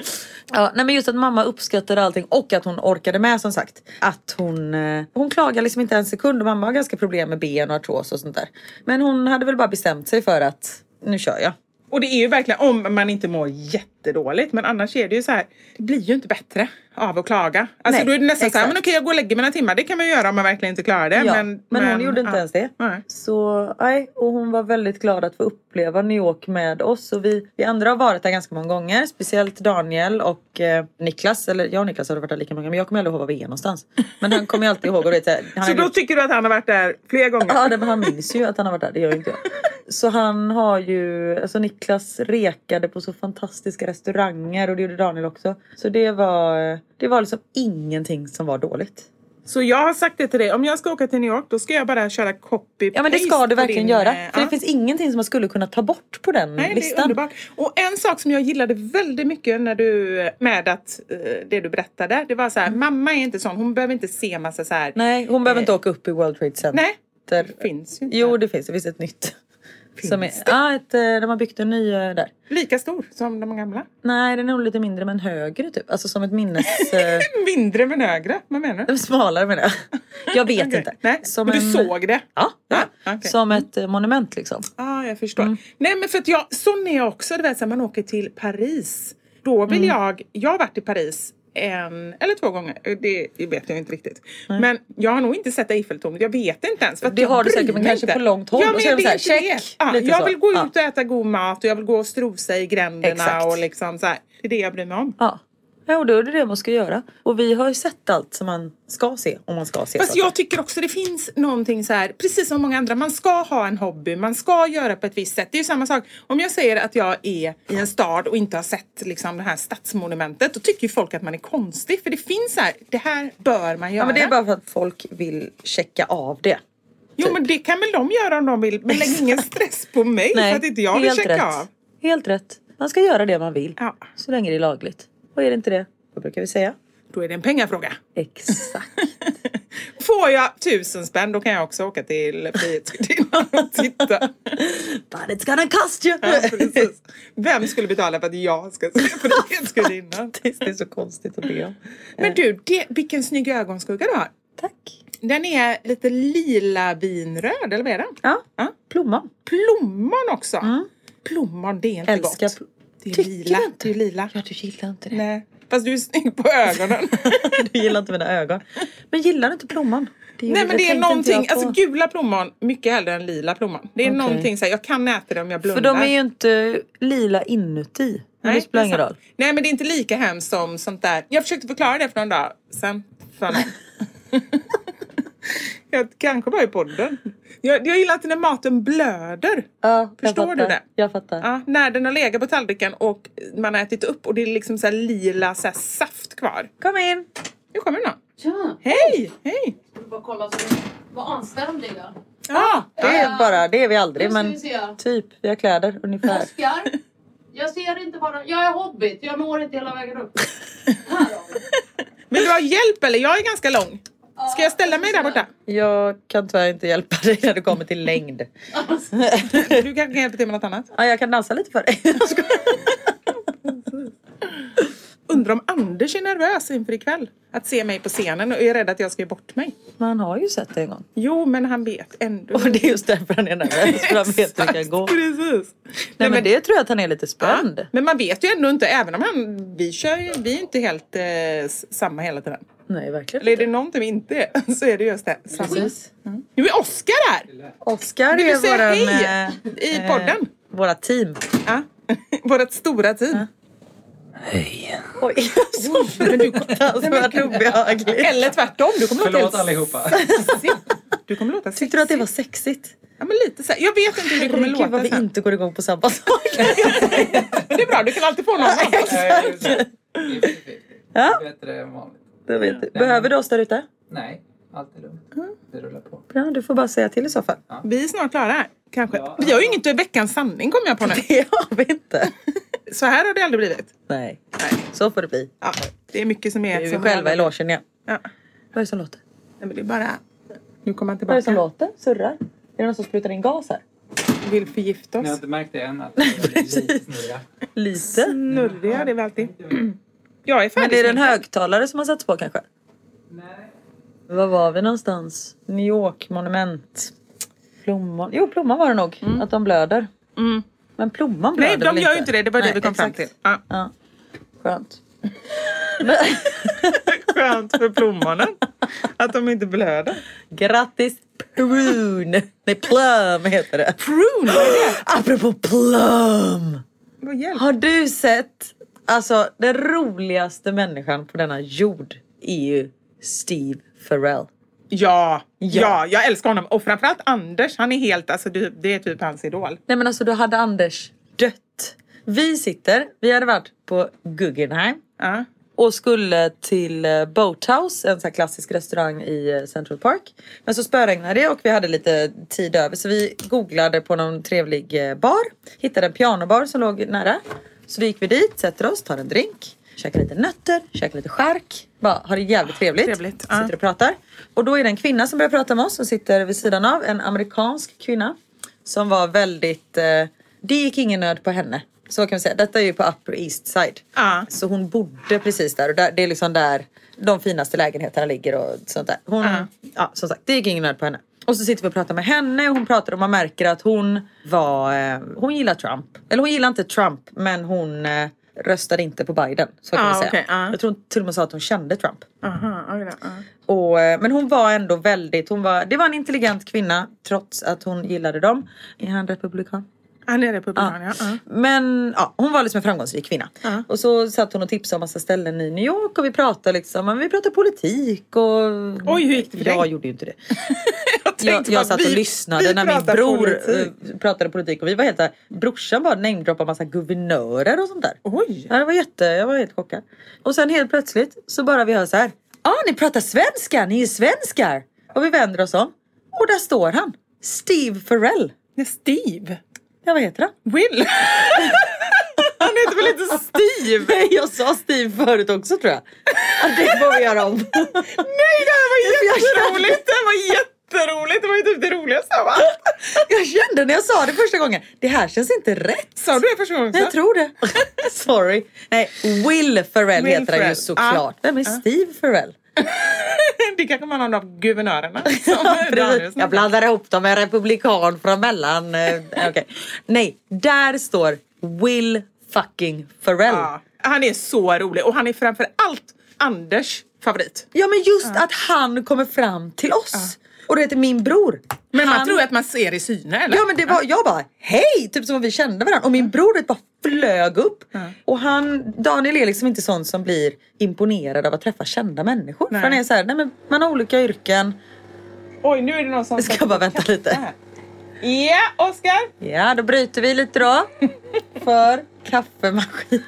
Speaker 1: Ja, nej men just att mamma uppskattade allting och att hon orkade med som sagt. Att hon, eh, hon klagade liksom inte en sekund och mamma har ganska problem med ben och artros och sånt där. Men hon hade väl bara bestämt sig för att nu kör jag.
Speaker 2: Och det är ju verkligen om man inte mår jättedåligt. Men annars är det ju så här, det blir ju inte bättre av att klaga. Alltså
Speaker 1: Nej,
Speaker 2: då är det nästan så här,
Speaker 1: exakt.
Speaker 2: men okej jag går och lägger mig några timmar. Det kan man ju göra om man verkligen inte klarar det.
Speaker 1: Ja, men, hon gjorde inte
Speaker 2: ja.
Speaker 1: ens det.
Speaker 2: Nej.
Speaker 1: Så nej, och hon var väldigt glad att få uppleva New York med oss. Och vi, vi andra har varit där ganska många gånger. Speciellt Daniel och eh, Niklas. Eller jag och Niklas har varit där lika många men jag kommer aldrig ihåg var vi är någonstans. Men han kommer ju alltid ihåg. Och vet, så här, han
Speaker 2: Så
Speaker 1: har
Speaker 2: då
Speaker 1: gjort-
Speaker 2: tycker du att han har varit där fler gånger?
Speaker 1: Ja, det, men han minns ju att han har varit där. Det gör ju inte jag. Så han har ju, alltså Niklas rekade på så fantastiska restauranger och det gjorde Daniel också. Så det var, det var liksom ingenting som var dåligt.
Speaker 2: Så jag har sagt det till dig, om jag ska åka till New York då ska jag bara köra copy-paste.
Speaker 1: Ja men det ska du
Speaker 2: på
Speaker 1: verkligen
Speaker 2: din,
Speaker 1: göra.
Speaker 2: eh,
Speaker 1: För
Speaker 2: ja.
Speaker 1: det finns ingenting som man skulle kunna ta bort på den
Speaker 2: Nej, det är
Speaker 1: listan.
Speaker 2: underbart. Och en sak som jag gillade väldigt mycket när du, med att, eh, det du berättade, det var så här, mamma är inte sån, hon behöver inte se massa så här.
Speaker 1: Mm. Nej, hon behöver inte åka upp i World Trade Center.
Speaker 2: Eh. Nej, det finns ju inte.
Speaker 1: Jo, det finns. Det finns ett nytt.
Speaker 2: Finns
Speaker 1: som är, Ja, ett, eh, de har byggt en ny eh, där.
Speaker 2: Lika stor som de gamla.
Speaker 1: Nej, den är nog lite mindre men högre typ. Alltså som ett minnes... Eh,
Speaker 2: Mindre men högre, vad menar du?
Speaker 1: smalare menar jag. Jag vet
Speaker 2: Okej.
Speaker 1: inte.
Speaker 2: Nej, men du såg det?
Speaker 1: Ja, ja.
Speaker 2: Ja, okej.
Speaker 1: som ett eh, monument liksom.
Speaker 2: Ja, ah, jag förstår. Nej, men för att jag, sån är jag också. Du vet, så här, man åker till Paris. Då vill
Speaker 1: Mm.
Speaker 2: jag... Jag har varit i Paris en eller två gånger. Eh, Det vet jag inte riktigt. Men jag har nog inte sett Eiffeltornet. Jag vet inte ens. För att
Speaker 1: Det
Speaker 2: jag
Speaker 1: har du
Speaker 2: bryr
Speaker 1: säkert, men
Speaker 2: mig
Speaker 1: kanske
Speaker 2: inte.
Speaker 1: på långt håll.
Speaker 2: Ja,
Speaker 1: Och
Speaker 2: men
Speaker 1: så är
Speaker 2: det
Speaker 1: de så här,
Speaker 2: är inte
Speaker 1: check!
Speaker 2: det. Ja,
Speaker 1: Lite
Speaker 2: jag
Speaker 1: så.
Speaker 2: vill gå
Speaker 1: Ja.
Speaker 2: ut och äta god mat och jag vill gå och strosa i gränderna
Speaker 1: Exakt.
Speaker 2: och liksom så här. Det är det jag bryr mig om.
Speaker 1: Ja. ja, och då är det det man ska göra. Och vi har ju sett allt som man ska se. Om man ska se
Speaker 2: Fast
Speaker 1: saker.
Speaker 2: jag tycker också det finns någonting så här, precis som många andra, man ska ha en hobby, man ska göra på ett visst sätt. Det är ju samma sak, om jag säger att jag är i en stad och inte har sett liksom, det här stadsmonumentet, då tycker ju folk att man är konstig. För det finns så här, det här bör man göra.
Speaker 1: Ja, men det är bara för att folk vill checka av det.
Speaker 2: Jo men det kan väl de göra om de vill, men lägg ingen stress på mig för att inte jag vill
Speaker 1: helt
Speaker 2: checka
Speaker 1: rätt.
Speaker 2: av.
Speaker 1: Helt rätt. Man ska göra det man vill.
Speaker 2: Ja.
Speaker 1: Så länge det är lagligt. Och är det inte det, vad brukar vi säga?
Speaker 2: Då är det en pengafråga.
Speaker 1: Exakt.
Speaker 2: Får jag tusen spänn då kan jag också åka till Frihetsgudinnan och titta.
Speaker 1: But it's gonna cost you!
Speaker 2: Ja, precis. Vem skulle betala för att jag ska se på Frihetsgudinnan?
Speaker 1: det är så konstigt att be om.
Speaker 2: Men du, det, vilken snygg ögonskugga du har.
Speaker 1: Tack.
Speaker 2: Den är lite lila vinröd, eller vad är den?
Speaker 1: Ja,
Speaker 2: Ja.
Speaker 1: plomman.
Speaker 2: Plommon också! Plommon, det är inte
Speaker 1: Älskar
Speaker 2: gott.
Speaker 1: pl-
Speaker 2: Det är
Speaker 1: Tycker
Speaker 2: lila.
Speaker 1: du inte?
Speaker 2: Det är lila.
Speaker 1: Ja, du gillar inte det.
Speaker 2: Nej. Fast du är snygg på ögonen.
Speaker 1: du gillar inte mina ögon. Men gillar du inte plomman? gjorde-
Speaker 2: Nej men det är
Speaker 1: tänkte inte
Speaker 2: någonting,
Speaker 1: jag på.
Speaker 2: alltså gula plommon, mycket hellre än lila plommon. Det är
Speaker 1: Okej.
Speaker 2: någonting så här, jag kan äta det om jag blundar.
Speaker 1: För de är ju inte lila inuti. Men det spelar
Speaker 2: är
Speaker 1: ingen
Speaker 2: sant.
Speaker 1: roll.
Speaker 2: Nej men det är inte lika hemskt som sånt där. Jag försökte förklara det för någon dag sen. För någon. jag kanske var i podden. Jag, jag gillar inte när maten blöder.
Speaker 1: Ja, jag
Speaker 2: Förstår du
Speaker 1: fattar.
Speaker 2: det?
Speaker 1: Jag fattar.
Speaker 2: Ja, när den har legat på tallriken och man har ätit upp och det är liksom så här lila så här saft kvar.
Speaker 1: Kom in!
Speaker 2: Nu kommer någon.
Speaker 6: Tja!
Speaker 2: Hej! Hej!
Speaker 6: Bara kolla så vad anställd det är.
Speaker 2: Ja,
Speaker 1: Det är bara, det är vi aldrig
Speaker 6: Nu ska
Speaker 1: men
Speaker 6: vi se.
Speaker 1: typ, vi har kläder ungefär.
Speaker 6: Oskar, jag ser inte bara... Jag är hobbit, jag når inte hela vägen upp. Här har vi.
Speaker 2: Vill du ha hjälp eller? Jag är ganska lång. Ska jag ställa mig där borta?
Speaker 1: Jag kan tyvärr inte hjälpa dig när du kommer till längd.
Speaker 2: Du kanske kan hjälpa till med något annat?
Speaker 1: Ja, jag kan dansa lite för dig. Jag skojar.
Speaker 2: Undrar om Anders är nervös inför ikväll? Att se mig på scenen och är rädd att jag ska ge bort mig.
Speaker 1: Man har ju sett det en gång.
Speaker 2: Jo, men han vet ändå.
Speaker 1: Och det är just därför han är nervös. För han vet hur det kan gå. Nej,
Speaker 2: Precis.
Speaker 1: men, det tror jag att han är lite
Speaker 2: Ja,
Speaker 1: spänd.
Speaker 2: men man vet ju ändå inte, även om han, vi kör ju, vi är ju inte helt eh, s- samma hela tiden.
Speaker 1: Nej, verkligen
Speaker 2: Eller är det någonting vi inte är så är det just det. Samma.
Speaker 1: Precis.
Speaker 2: Nu är Oskar här!
Speaker 1: Oskar
Speaker 2: Vill du
Speaker 1: är
Speaker 2: säga
Speaker 1: våran...
Speaker 2: hej
Speaker 1: eh,
Speaker 2: i podden?
Speaker 1: Eh, våra team.
Speaker 2: Ja. Vårt stora team.
Speaker 1: Oj, så fruktansvärt obehagligt.
Speaker 2: Eller tvärtom. Du kommer
Speaker 7: Förlåt
Speaker 2: låta helt
Speaker 7: allihopa.
Speaker 2: sexig. Du kommer låta sexig.
Speaker 1: Tyckte du att det var sexigt?
Speaker 2: Ja, men lite så här. Jag vet inte hur det kommer
Speaker 1: Herregud
Speaker 2: låta
Speaker 1: vad vi
Speaker 2: sen.
Speaker 1: inte går igång på samma sak.
Speaker 2: Men Det är bra, du kan alltid få någon.
Speaker 7: Nej, det är
Speaker 1: Ja.
Speaker 7: Bättre än vanligt.
Speaker 1: Jag vet. Behöver du oss där ute?
Speaker 7: Nej, allt är lugnt. Det rullar på.
Speaker 1: Ja, du får bara säga till i så fall.
Speaker 2: Vi är snart klara här. Kanske. Vi har ju inget i veckans sanning kom jag på nu.
Speaker 1: Det har vi inte.
Speaker 2: Så här har det aldrig blivit.
Speaker 1: Nej. Så får det bli.
Speaker 2: Ja, det är mycket som
Speaker 1: Nu
Speaker 2: är...
Speaker 1: är vi
Speaker 2: som
Speaker 1: själva i
Speaker 2: Nej,
Speaker 1: logen igen.
Speaker 2: Ja.
Speaker 1: Vad är det som låter?
Speaker 2: men det är bara... Nu kommer han
Speaker 1: Vad är det som
Speaker 2: tillbaka.
Speaker 1: låter? Surrar? Är det någon som sprutar in gas här?
Speaker 2: Vill förgifta
Speaker 7: Ni har
Speaker 2: oss.
Speaker 7: inte märkt det än att det är lite snurriga.
Speaker 1: Lite.
Speaker 2: Snurriga, det är vi alltid. Mm. Jag är
Speaker 1: Men det är det en
Speaker 2: färdig.
Speaker 1: högtalare som har satts på kanske?
Speaker 7: Nej.
Speaker 1: Var var vi någonstans? New York monument. Plommon. Jo, plommon var det nog. Att de blöder.
Speaker 2: Mm.
Speaker 1: Men plomman blöder
Speaker 2: Nej, de
Speaker 1: väl
Speaker 2: gör ju inte det. Det var det
Speaker 1: Nej,
Speaker 2: vi kom fram till.
Speaker 1: exakt.
Speaker 2: Ja.
Speaker 1: Ja. Skönt.
Speaker 2: Skönt för plommonen att de inte blöder.
Speaker 1: Grattis prune! Nej, plum heter det.
Speaker 2: Prune, vad är det?
Speaker 1: Apropå plum!
Speaker 2: Vad hjälp.
Speaker 1: Har du sett? Alltså, den roligaste människan på denna jord är ju Steve Farrell.
Speaker 2: Ja,
Speaker 1: Ja.
Speaker 2: ja, jag älskar honom. Och framförallt Anders, han är helt, alltså du- det är typ hans idol.
Speaker 1: Nej men alltså då hade Anders dött. Vi sitter, vi hade varit på Guggenheim
Speaker 2: Ja.
Speaker 1: och skulle till eh, Boathouse, en sån här klassisk restaurang i eh, Central Park. Men så spöregnade det och vi hade lite tid över så vi googlade på någon trevlig eh, bar. Hittade en pianobar som låg nära. Så då gick vi dit, sätter oss, tar en drink, käkar lite nötter, käkar lite skärk. Bara har det jävligt trevligt.
Speaker 2: Trevligt, ja.
Speaker 1: Sitter och pratar. Och då är det en kvinna som börjar prata med oss som sitter vid sidan av. En amerikansk kvinna. Som var väldigt... Eh, det gick ingen nöd på henne. Så kan vi säga. Detta är ju på Upper East Side.
Speaker 2: Ja.
Speaker 1: Så hon bodde precis där och där, det är liksom där de finaste lägenheterna ligger och sånt där. Hon, ja, som sagt, det gick ingen nöd på henne. Och så sitter vi och pratar med henne och hon pratar och man märker att hon var, eh, hon gillar Trump. Eller hon gillar inte Trump men hon eh, röstade inte på Biden. Så kan
Speaker 2: Ah,
Speaker 1: vi säga.
Speaker 2: okej, ah.
Speaker 1: Jag tror hon till och med sa att hon kände Trump.
Speaker 2: Aha, oj då, ja.
Speaker 1: Och, eh, men hon var ändå väldigt, hon var, det var en intelligent kvinna trots att hon gillade dem. Är han republikan?
Speaker 2: Han är republikan, ja.
Speaker 1: Ah.
Speaker 2: ja.
Speaker 1: Men ja, hon var liksom en framgångsrik kvinna.
Speaker 2: Ja.
Speaker 1: Och så satt hon och tipsade om massa ställen i New York och vi pratade liksom, men vi pratade politik och...
Speaker 2: Oj, hur gick det för
Speaker 1: Jag
Speaker 2: dig?
Speaker 1: gjorde ju inte det.
Speaker 2: tänkte
Speaker 1: jag, jag
Speaker 2: bara,
Speaker 1: satt
Speaker 2: vi-
Speaker 1: och lyssnade
Speaker 2: vi
Speaker 1: när min
Speaker 2: pratar
Speaker 1: bror
Speaker 2: politik.
Speaker 1: eh, pratade politik och vi var helt där. Brorsan bara namedroppade massa guvernörer och sånt där.
Speaker 2: Oj!
Speaker 1: Ja, det var jätte, jag var helt chockad. Och sen helt plötsligt så bara vi hör så här. Ja, ah, ni pratar svenska, ni är svenskar! Och vi vänder oss om. Och där står han. Steve Farrell.
Speaker 2: Nej, Steve!
Speaker 1: Ja, vad heter han?
Speaker 2: Will! han heter väl inte Steve?
Speaker 1: Nej, jag sa Steve förut också tror jag. Ja, det får vi göra om.
Speaker 2: Nej, det här var jätteroligt! Det här var jätteroligt! Det var ju typ det roligaste va?
Speaker 1: Jag kände när jag sa det första gången, det här känns inte rätt.
Speaker 2: Sa du det första gången också?
Speaker 1: Jag tror det. Sorry. Nej, Will Ferrell
Speaker 2: Will
Speaker 1: heter han
Speaker 2: Ferrell.
Speaker 1: ju såklart.
Speaker 2: Ah.
Speaker 1: Vem är Steve Ferrell?
Speaker 2: Det kanske var någon av guvernörerna som Daniel
Speaker 1: jag blandar ihop dem med en republikan från mellan... eh, okej. Nej, där står Will fucking Ferrell.
Speaker 2: Ja. Han är så rolig och han är framför allt Anders favorit.
Speaker 1: Ja men just att han kommer fram till oss. Och det heter min bror.
Speaker 2: Men
Speaker 1: han...
Speaker 2: man tror ju att man ser i syne eller?
Speaker 1: Ja men det var, jag bara hej! Typ som om vi kände varandra. Och min bror vet, bara flög upp. Och han, Daniel är liksom inte sån som blir imponerad av att träffa kända människor.
Speaker 2: Nej.
Speaker 1: För han är så här, nej men man har olika yrken.
Speaker 2: Oj, nu är det någon som...
Speaker 1: Jag ska bara vänta lite.
Speaker 2: Ja, Oskar!
Speaker 1: Ja, då bryter vi lite då. för kaffemaskinen.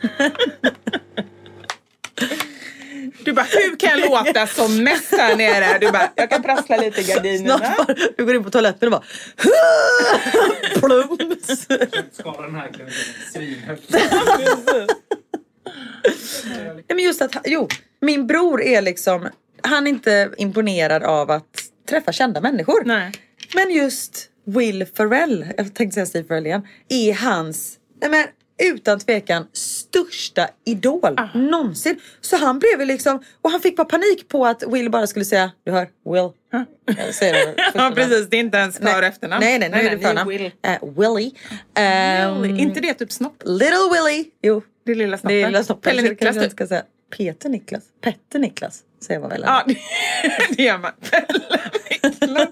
Speaker 2: Du bara, hur kan jag låta som mest här nere? Du bara, jag kan prassla lite i gardinerna.
Speaker 1: Snart bara, du går in på toaletten och bara plums.
Speaker 7: Skara den här klunken svinhögt.
Speaker 1: Nej, men just att, han- jo, min bror är liksom, han är inte imponerad av att träffa kända människor.
Speaker 2: Nej.
Speaker 1: Men just Will Ferrell, jag tänkte säga Steve Ferrell igen, är hans, nej men utan tvekan största idol någonsin. Så han blev ju liksom, och han fick bara panik på att Will bara skulle säga, du hör, Will. Jag säger det första
Speaker 2: Ja,
Speaker 1: namn.
Speaker 2: precis. Det är inte ens för och efternamn.
Speaker 1: Nej, nej, nu är det förnamn.
Speaker 2: Will.
Speaker 1: Eh, Willy. Ehm,
Speaker 2: Will. Inte det typ snopp?
Speaker 1: Little Willy. Jo,
Speaker 2: Det är lilla snoppen.
Speaker 1: det är lilla snoppen.
Speaker 2: Pelle
Speaker 1: så det
Speaker 2: Niklas
Speaker 1: kanske jag
Speaker 2: typ.
Speaker 1: inte ska säga. Peter Niklas. Petter Niklas. Säger man väl?
Speaker 2: Ja, det- det gör man. Pelle Niklas.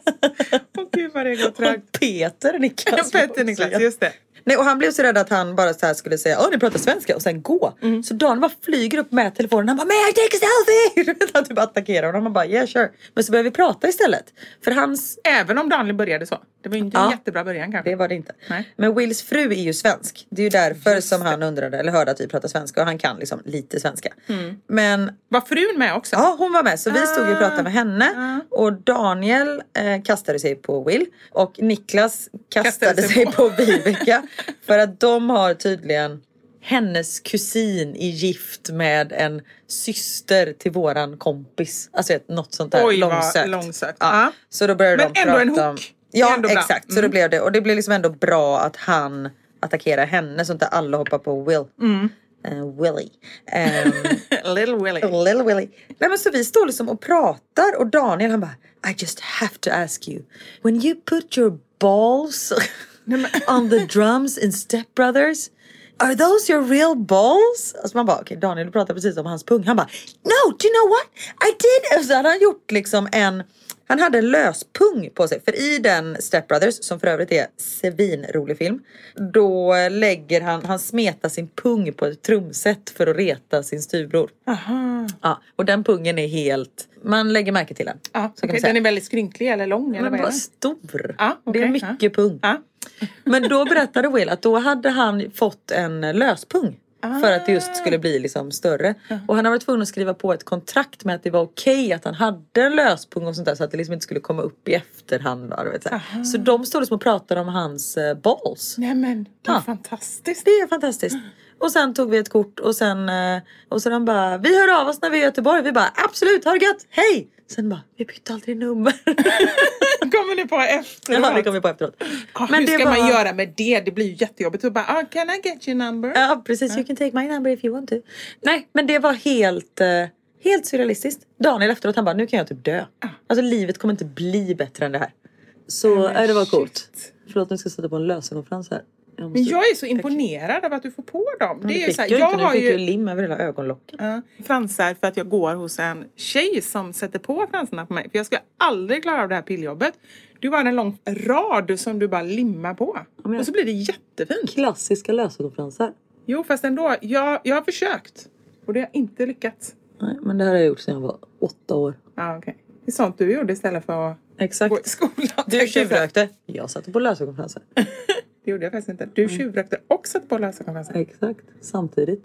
Speaker 2: Åh gud vad det går trögt.
Speaker 1: Och Peter Niklas.
Speaker 2: Petter Niklas, just det.
Speaker 1: Nej, och han blev så rädd att han bara så här skulle säga åh ni pratar svenska och sen gå.
Speaker 2: Mm.
Speaker 1: Så Dan bara flyger upp med telefonen. Han bara may I take a selfie? Du vet, han typ attackerar honom. Han bara yeah sure. Men så börjar vi prata istället. För hans,
Speaker 2: Även om Daniel började så. Det var ju inte en
Speaker 1: Ja.
Speaker 2: jättebra början kanske.
Speaker 1: det var det inte.
Speaker 2: Nej.
Speaker 1: Men Wills fru är ju svensk. Det är ju därför som han undrade eller hörde att vi pratar svenska och han kan liksom lite svenska.
Speaker 2: Mm.
Speaker 1: Men
Speaker 2: Var frun med också?
Speaker 1: Ja, hon var med. Så vi stod ju och pratade med henne.
Speaker 2: Ah.
Speaker 1: Och Daniel eh, kastade sig på Will. Och Niklas kastade,
Speaker 2: Kastade sig
Speaker 1: sig
Speaker 2: på.
Speaker 1: på, Vibeke. För att de har tydligen hennes kusin i gift med en syster till våran kompis. Alltså vet, något sånt där
Speaker 2: Oj, vad
Speaker 1: långsökt.
Speaker 2: långsökt.
Speaker 1: Ja.
Speaker 2: Ja.
Speaker 1: Så då började
Speaker 2: Men
Speaker 1: de
Speaker 2: ändå
Speaker 1: prata
Speaker 2: en
Speaker 1: om...
Speaker 2: hook. Det är
Speaker 1: Ja,
Speaker 2: ändå bra.
Speaker 1: exakt. Så det
Speaker 2: Mm.
Speaker 1: blev det. Och det blev liksom ändå bra att han attackerar henne så inte alla hoppar på Will.
Speaker 2: Mm.
Speaker 1: Eh, Willy. Ehm,
Speaker 2: Little Willy.
Speaker 1: Little Willy. Nej men så vi står liksom och pratar och Daniel han bara I just have to ask you when you put your balls on the drums in Step Brothers Are those your real balls? Alltså man bara, okej Daniel du pratar precis om hans pung. Han bara, no, do you know what? I did! Och så hade han gjort liksom en, han hade en lös pung på sig. För i den Step Brothers, som för övrigt är svinrolig film, då lägger han, han smetar sin pung på ett trumset för att reta sin styvbror. Ja, och den pungen är helt... Man lägger märke till den.
Speaker 2: Ja,
Speaker 1: så kan
Speaker 2: okej.
Speaker 1: man säga.
Speaker 2: Den är väldigt skrynklig eller lång eller
Speaker 1: Men
Speaker 2: vad är
Speaker 1: bara
Speaker 2: den?
Speaker 1: stor.
Speaker 2: Ja,
Speaker 1: det är
Speaker 2: okej,
Speaker 1: mycket
Speaker 2: ja.
Speaker 1: pung.
Speaker 2: Ja.
Speaker 1: Men då berättade Will att då hade han fått en löspung. För att det
Speaker 2: Ah.
Speaker 1: just skulle bli liksom större. Och han har varit tvungen att skriva på ett kontrakt med att det var okej att han hade en löspung och sånt där. Så att det liksom inte skulle komma upp i efterhand. va, Du vet, så, här. så de står liksom och pratar om hans eh, balls.
Speaker 2: Nej men, det är
Speaker 1: Ja.
Speaker 2: fantastiskt.
Speaker 1: Det är fantastiskt. Och sen tog vi ett kort och sen, eh, och sen han bara, vi hör av oss när vi är i Göteborg. Vi bara, absolut, ha det gött, hej! Sen bara, vi bytte aldrig nummer.
Speaker 2: kommer ni på efteråt.
Speaker 1: ja, det kom vi på efteråt.
Speaker 2: Ah,
Speaker 1: Men
Speaker 2: Hur
Speaker 1: det
Speaker 2: ska
Speaker 1: var-
Speaker 2: man göra med det? Det blir ju jättejobbigt. Du bara, ah, can I get your number?
Speaker 1: Ja, precis. You can take my number if you want to. Nej, men det var helt, eh, helt surrealistiskt. Daniel efteråt, han bara, nu kan jag typ dö.
Speaker 2: Ah.
Speaker 1: Alltså livet kommer inte bli bättre än det här. Så, äh, det var coolt. Förlåt, nu ska jag sätta på en lösenkonferens här. Jag
Speaker 2: Men
Speaker 1: måste...
Speaker 2: jag är så imponerad av att du får på dem.
Speaker 1: Men
Speaker 2: Det är ju
Speaker 1: fick
Speaker 2: så här,
Speaker 1: jag,
Speaker 2: jag
Speaker 1: inte,
Speaker 2: har
Speaker 1: nu fick jag
Speaker 2: ju
Speaker 1: ju lim över hela ögonlocken.
Speaker 2: Ja, fransar för att jag går hos en tjej som sätter på fransarna på mig. För jag skulle aldrig klara av det här pilljobbet. Du har en lång rad som du bara limmar på.
Speaker 1: jag-
Speaker 2: Och så blir det jättefint.
Speaker 1: Klassiska lösenkonferenser.
Speaker 2: Jo, fast ändå. Jag, jag har försökt. Och det har inte lyckats.
Speaker 1: Nej, men det här har jag gjort sedan jag var åtta år.
Speaker 2: Ja, okej. Det är sånt du gjorde istället för att
Speaker 1: Exakt.
Speaker 2: gå i skolan.
Speaker 1: Du
Speaker 2: tänkte jag säga.
Speaker 1: tjuvrökte. Jag satte på lösenkonferenser.
Speaker 2: Det gjorde jag faktiskt inte. Du
Speaker 1: Mm.
Speaker 2: tjuvrökte och satte på lösenkonferensen.
Speaker 1: Exakt. Samtidigt.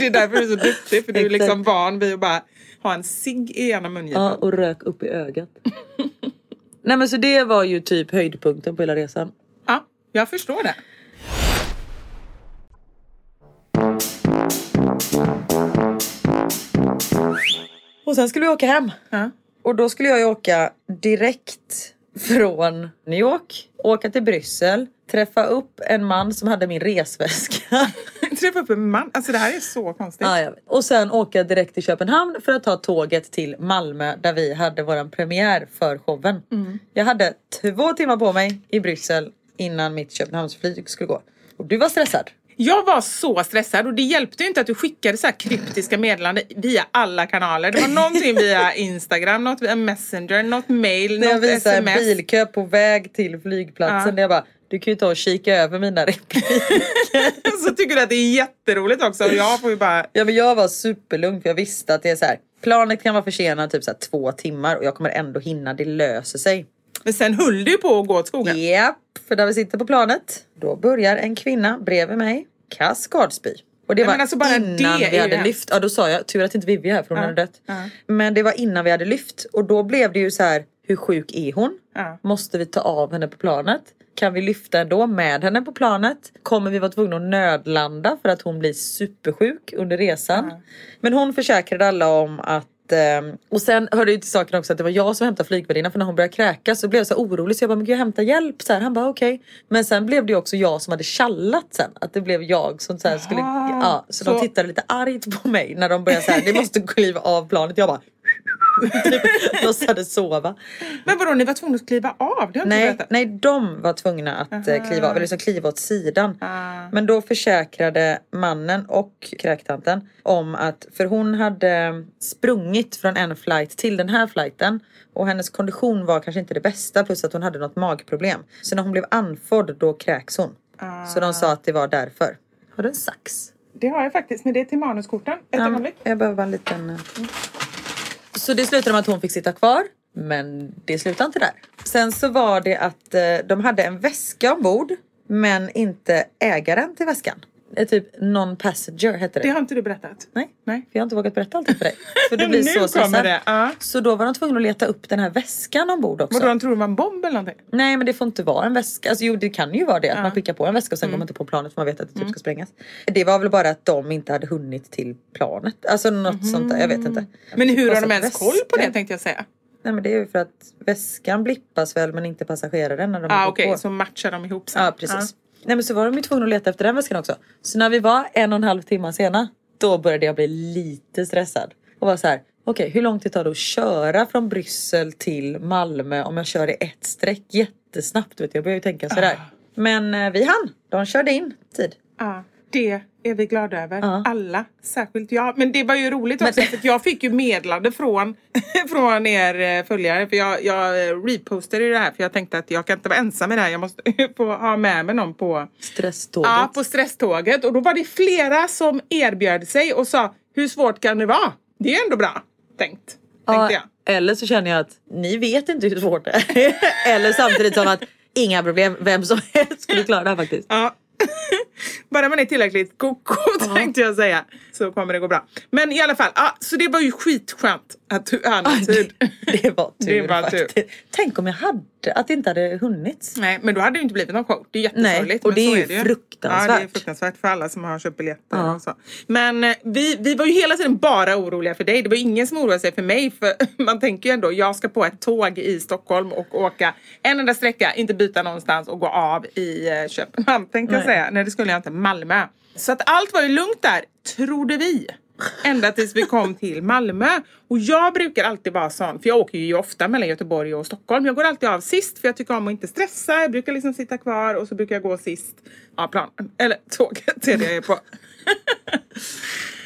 Speaker 2: Det är därför du är så duktig. För du är
Speaker 1: Exakt.
Speaker 2: liksom van vid att bara ha en cigg i ena mungipan.
Speaker 1: Ja, och rök upp i ögat. Nej men så det var ju typ höjdpunkten på hela resan.
Speaker 2: Ja, jag förstår det.
Speaker 1: Och sen skulle vi åka hem.
Speaker 2: Ja.
Speaker 1: Och då skulle jag ju åka direkt från New York, åka till Bryssel, träffa upp en man som hade min resväska.
Speaker 2: Träffa upp en man. Alltså det här är så konstigt.
Speaker 1: Ja, jag vet. Och sen åka direkt till Köpenhamn för att ta tåget till Malmö där vi hade vår premiär för showen.
Speaker 2: Mm.
Speaker 1: Jag hade två timmar på mig i Bryssel innan mitt Köpenhamnsflyg skulle gå. Och du var stressad.
Speaker 2: Jag var så stressad och det hjälpte ju inte att du skickade så här kryptiska meddelanden via alla kanaler. Det var någonting via Instagram, något via Messenger, något mail,
Speaker 1: När jag
Speaker 2: något
Speaker 1: visade en
Speaker 2: sms.
Speaker 1: bilkö på väg till flygplatsen
Speaker 2: Ja.
Speaker 1: där jag bara, du kan ju ta och kika över mina repliker.
Speaker 2: så tycker du att det är jätteroligt också och jag får ju bara...
Speaker 1: Ja men jag var superlugn för jag visste att det är så här. Planet kan vara försenat typ så här två timmar och jag kommer ändå hinna, det löser sig.
Speaker 2: Men sen höll du ju på att gå åt skogen.
Speaker 1: Japp, för när vi sitter på planet då börjar en kvinna bredvid mig kaskadspy. Och det
Speaker 2: Nej,
Speaker 1: var
Speaker 2: men alltså bara det
Speaker 1: innan
Speaker 2: är
Speaker 1: vi
Speaker 2: ju
Speaker 1: hade
Speaker 2: hemskt.
Speaker 1: lyft. Ja då sa jag, tur att inte Vivi är här för hon
Speaker 2: Ja,
Speaker 1: hade dött.
Speaker 2: ja.
Speaker 1: Men det var innan vi hade lyft och då blev det ju så här, hur sjuk är hon?
Speaker 2: Ja.
Speaker 1: Måste vi ta av henne på planet? Kan vi lyfta ändå med henne på planet? Kommer vi vara tvungna att nödlanda för att hon blir supersjuk under resan? Men hon försäkrade alla om att ehm, och sen hörde ju till saken också att det var jag som hämtade flygvärdinnan för när hon började kräkas så blev jag så här orolig så jag bara men gud jag hämtar hjälp. Så här, han bara okej. Men sen blev det ju också jag som hade tjallat sen. Att det blev jag som så här skulle...
Speaker 2: Jaha.
Speaker 1: Ja, så,
Speaker 2: Så-
Speaker 1: de tittade lite argt på mig när de började så här ni måste kliva av planet. Jag bara typ låtsades sova.
Speaker 2: Men vadå, ni var tvungna att kliva av? Det har jag inte
Speaker 1: Nej,
Speaker 2: berättat.
Speaker 1: nej, de var tvungna att eh, kliva, av, eller liksom kliva åt sidan.
Speaker 2: Ah.
Speaker 1: Men då försäkrade mannen och kräktanten om att, för hon hade sprungit från en flight till den här flighten och hennes kondition var kanske inte det bästa plus att hon hade något magproblem. Så när hon blev andfådd då kräks hon. Så
Speaker 2: Ah.
Speaker 1: de sa att det var därför. Har du en sax?
Speaker 2: Det har jag faktiskt, men det är till manuskorten. Ett
Speaker 1: Ja,
Speaker 2: ögonblick.
Speaker 1: jag behöver bara en liten... eh. Så det slutade med att hon fick sitta kvar. Men det slutade inte där. Sen så var det att eh, de hade en väska ombord. Men inte ägaren till väskan. Eh, typ non-passenger hette det.
Speaker 2: Det har inte du berättat.
Speaker 1: Nej.
Speaker 2: Nej.
Speaker 1: För jag har inte vågat berätta allting för dig. För du blir
Speaker 2: Nu
Speaker 1: så
Speaker 2: kommer
Speaker 1: stressad.
Speaker 2: det, ja.
Speaker 1: Så då var de tvungna att leta upp den här väskan ombord också.
Speaker 2: Vadå, de tror det var en bomb eller någonting?
Speaker 1: Nej men det får inte vara en väska. Alltså, jo det kan ju vara det att man skickar på en väska och sen
Speaker 2: Mm.
Speaker 1: går man inte på planet för man vet att det typ ska sprängas. Det var väl bara att de inte hade hunnit till planet. Alltså något sånt där, jag vet inte.
Speaker 2: Mm-hmm. Men hur har
Speaker 1: Alltså,
Speaker 2: de ens koll på det
Speaker 1: väskan-
Speaker 2: tänkte jag säga.
Speaker 1: Nej men det är ju för att väskan blippas väl men inte passageraren när de
Speaker 2: Ah,
Speaker 1: går
Speaker 2: Okej,
Speaker 1: på.
Speaker 2: så matchar de ihop sen.
Speaker 1: Ja precis. Nej men Typ så var de ju tvungna att leta efter den väskan också. Så när vi var en och en halv timme sena då började jag bli lite stressad. Och var så här, okej hur lång tid tar det att köra från Bryssel till Malmö om jag kör i ett streck jättesnabbt? Vet du? Jag började ju tänka sådär.
Speaker 2: Ah.
Speaker 1: Men eh, vi hann, de körde in tid.
Speaker 2: Ja, Ah. det är vi glada över. Alla, särskilt jag. Men det var ju roligt också för att jag fick ju medlande från, från er eh, följare. För jag, jag eh, repostade ju det här för jag tänkte att jag kan inte vara ensam i det här. Jag måste få ha med mig någon på,
Speaker 1: Stresståget.
Speaker 2: ja, på stresståget. Och då var det flera som erbjöd sig och sa hur svårt kan det vara? Det är ändå bra tänkt. Tänkte jag.
Speaker 1: Eller så känner jag att ni vet inte hur svårt det är. Eller samtidigt som att inga problem, vem som helst skulle klara det här faktiskt.
Speaker 2: Ja. Bara man är tillräckligt koko tänkte jag säga så kommer det gå bra. Men i alla fall, ja, så det var ju skitskönt att du hade
Speaker 1: Aj,
Speaker 2: tid.
Speaker 1: Det, det var tur
Speaker 2: Det var tur.
Speaker 1: faktiskt. Tänk om jag hade, att det inte hade hunnits.
Speaker 2: Nej, men då hade det ju inte blivit någon show. Det är
Speaker 1: Nej,
Speaker 2: jättesorgligt.
Speaker 1: och
Speaker 2: men
Speaker 1: det är
Speaker 2: så
Speaker 1: ju
Speaker 2: ju.
Speaker 1: fruktansvärt.
Speaker 2: Ja, det är fruktansvärt för alla som har köpt biljetter.
Speaker 1: Ja.
Speaker 2: Och så. Men eh, vi, vi var ju hela tiden bara oroliga för dig. Det var ju ingen som oroade sig för mig. För man tänker ju ändå, jag ska på ett tåg i Stockholm och åka en enda sträcka, inte byta någonstans och gå av i eh, Köpenhamn tänkte jag
Speaker 1: Nej.
Speaker 2: säga. Nej, det skulle jag inte. Malmö. Så att allt var ju lugnt där, trodde vi. Ända tills vi kom till Malmö. Och jag brukar alltid vara sån, för jag åker ju ofta mellan Göteborg och Stockholm. Jag går alltid av sist för jag tycker om att inte stressa. Jag brukar liksom sitta kvar och så brukar jag gå sist av planen. Eller tåget är det jag är på.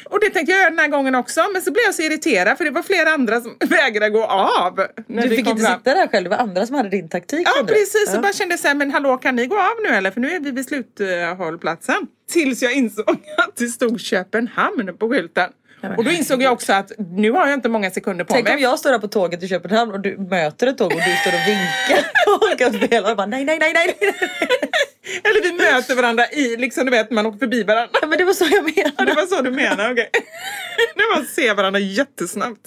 Speaker 2: Och det tänkte jag göra den här gången också. Men så blev jag så irriterad för det var flera andra som vägrade gå av. när
Speaker 1: Du
Speaker 2: vi
Speaker 1: fick
Speaker 2: kom
Speaker 1: inte
Speaker 2: fram.
Speaker 1: sitta där själv, det var andra som hade din taktik.
Speaker 2: Ja
Speaker 1: kände du?
Speaker 2: precis, och
Speaker 1: Ja.
Speaker 2: bara kände så här, men hallå kan ni gå av nu eller? För nu är vi vid sluthållplatsen. Tills jag insåg att det stod Köpenhamn på skylten. Och då insåg jag också att nu har jag inte många sekunder på
Speaker 1: Tänk
Speaker 2: mig.
Speaker 1: om jag står där på tåget i Köpenhamn och du möter ett tåg och du står och vinkar och kan spela och bara nej, nej, nej, nej. nej.
Speaker 2: Eller vi möter varandra i, liksom du vet, man åker förbi varandra.
Speaker 1: Ja, men det var så jag
Speaker 2: Ja, det
Speaker 1: menade.
Speaker 2: var så du menar, okej. Det var att se varandra jättesnabbt.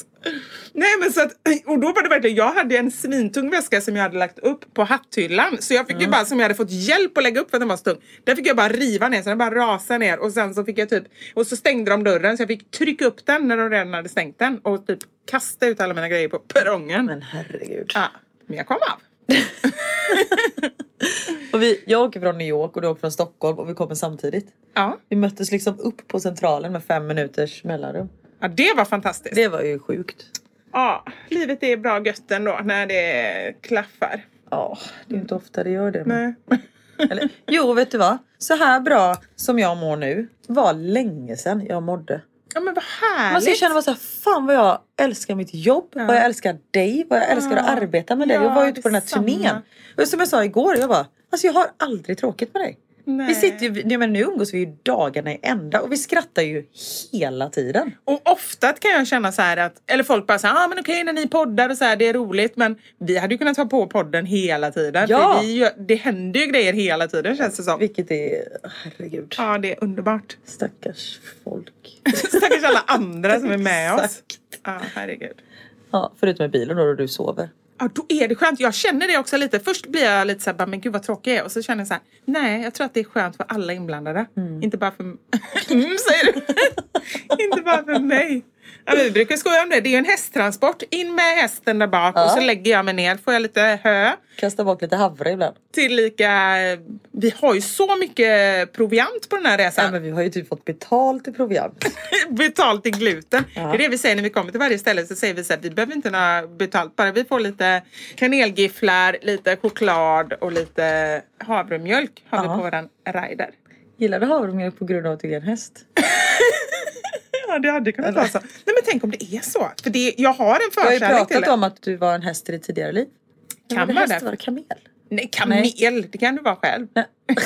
Speaker 2: Nej men så att, och då var det verkligen, jag hade en svintung väska som jag hade lagt upp på hatthyllan. Så jag fick ju bara, som jag hade fått hjälp att lägga upp för att den var så tung. Där fick jag bara riva ner så den bara rasade ner och sen så fick jag typ, och så stängde de dörren så jag fick trycka upp den när de redan hade stängt den och typ kasta ut alla mina grejer på perrongen.
Speaker 1: Men herregud.
Speaker 2: Ja, men jag kom av.
Speaker 1: Och vi, jag åker från New York och du åker från Stockholm och vi kommer samtidigt.
Speaker 2: Ja.
Speaker 1: Vi möttes liksom upp på centralen med fem minuters mellanrum.
Speaker 2: ja, det var fantastiskt.
Speaker 1: Det var ju sjukt.
Speaker 2: Ja, livet är bra gött ändå när det klaffar.
Speaker 1: Ja, det är ju inte ofta det gör det. Men...
Speaker 2: Mm. Nej.
Speaker 1: Eller, jo, vet du vad? Så här bra som jag mår nu var länge sedan jag mådde.
Speaker 2: Ja men vad
Speaker 1: Man
Speaker 2: härligt!
Speaker 1: ska känna bara så här, fan vad jag älskar mitt jobb, vad jag älskar dig, vad jag älskar att arbeta med dig.
Speaker 2: Ja,
Speaker 1: jag var ute på den här
Speaker 2: detsamma.
Speaker 1: turnén. Och som jag sa igår, jag bara, alltså jag har aldrig tråkigt med dig.
Speaker 2: Nej.
Speaker 1: Vi sitter ju, nej, men nu umgås vi ju dagarna i ända och vi skrattar ju hela tiden.
Speaker 2: Och ofta kan jag känna så här att, eller folk bara så här, ah, men okej när ni poddar och så här, det är roligt. Men vi hade ju kunnat ha på podden hela tiden.
Speaker 1: Ja.
Speaker 2: För vi, gör- det händer ju grejer hela tiden känns det som.
Speaker 1: Vilket är, herregud,
Speaker 2: Ja, det är underbart.
Speaker 1: stackars folk.
Speaker 2: Stackars alla andra som är med oss.
Speaker 1: Exakt.
Speaker 2: Ja, herregud.
Speaker 1: Ja, förutom i bilen då, då du sover.
Speaker 2: Ja, då är det skönt. Jag känner det också lite. Först blir jag lite så här, bara, men gud vad tråkig jag är. Och så känner jag så här, nej, jag tror att det är skönt för alla inblandade. Inte bara för... mm, säger du. Inte bara för mig. Ja, vi brukar skoja om det. Det är ju en hästtransport. In med hästen där bak och så lägger jag mig ner. Får jag lite hö.
Speaker 1: Kasta bort lite havre ibland.
Speaker 2: Tillika, eh, vi har ju så mycket proviant på den här
Speaker 1: Ja,
Speaker 2: resan.
Speaker 1: men vi har ju typ fått betalt i proviant.
Speaker 2: betalt i gluten. Det är det vi säger när vi kommer till varje ställe. Så säger vi så här, vi behöver inte några betalt. Bara vi får lite kanelgifflar, lite choklad och lite havremjölk har vi på våran rider.
Speaker 1: Gillar du havremjölk på grund av att du är en häst?
Speaker 2: Ja, det hade kunnat vara så. Nej, men tänk om det är så. För det, jag har en
Speaker 1: Du har ju
Speaker 2: förkärlek till
Speaker 1: pratat
Speaker 2: det.
Speaker 1: om att du var en häst i ditt tidigare liv.
Speaker 2: Kan
Speaker 1: var
Speaker 2: vara
Speaker 1: det häst,
Speaker 2: det.
Speaker 1: var det kamel?
Speaker 2: Nej, kamel, det kan du vara själv.
Speaker 1: Nej.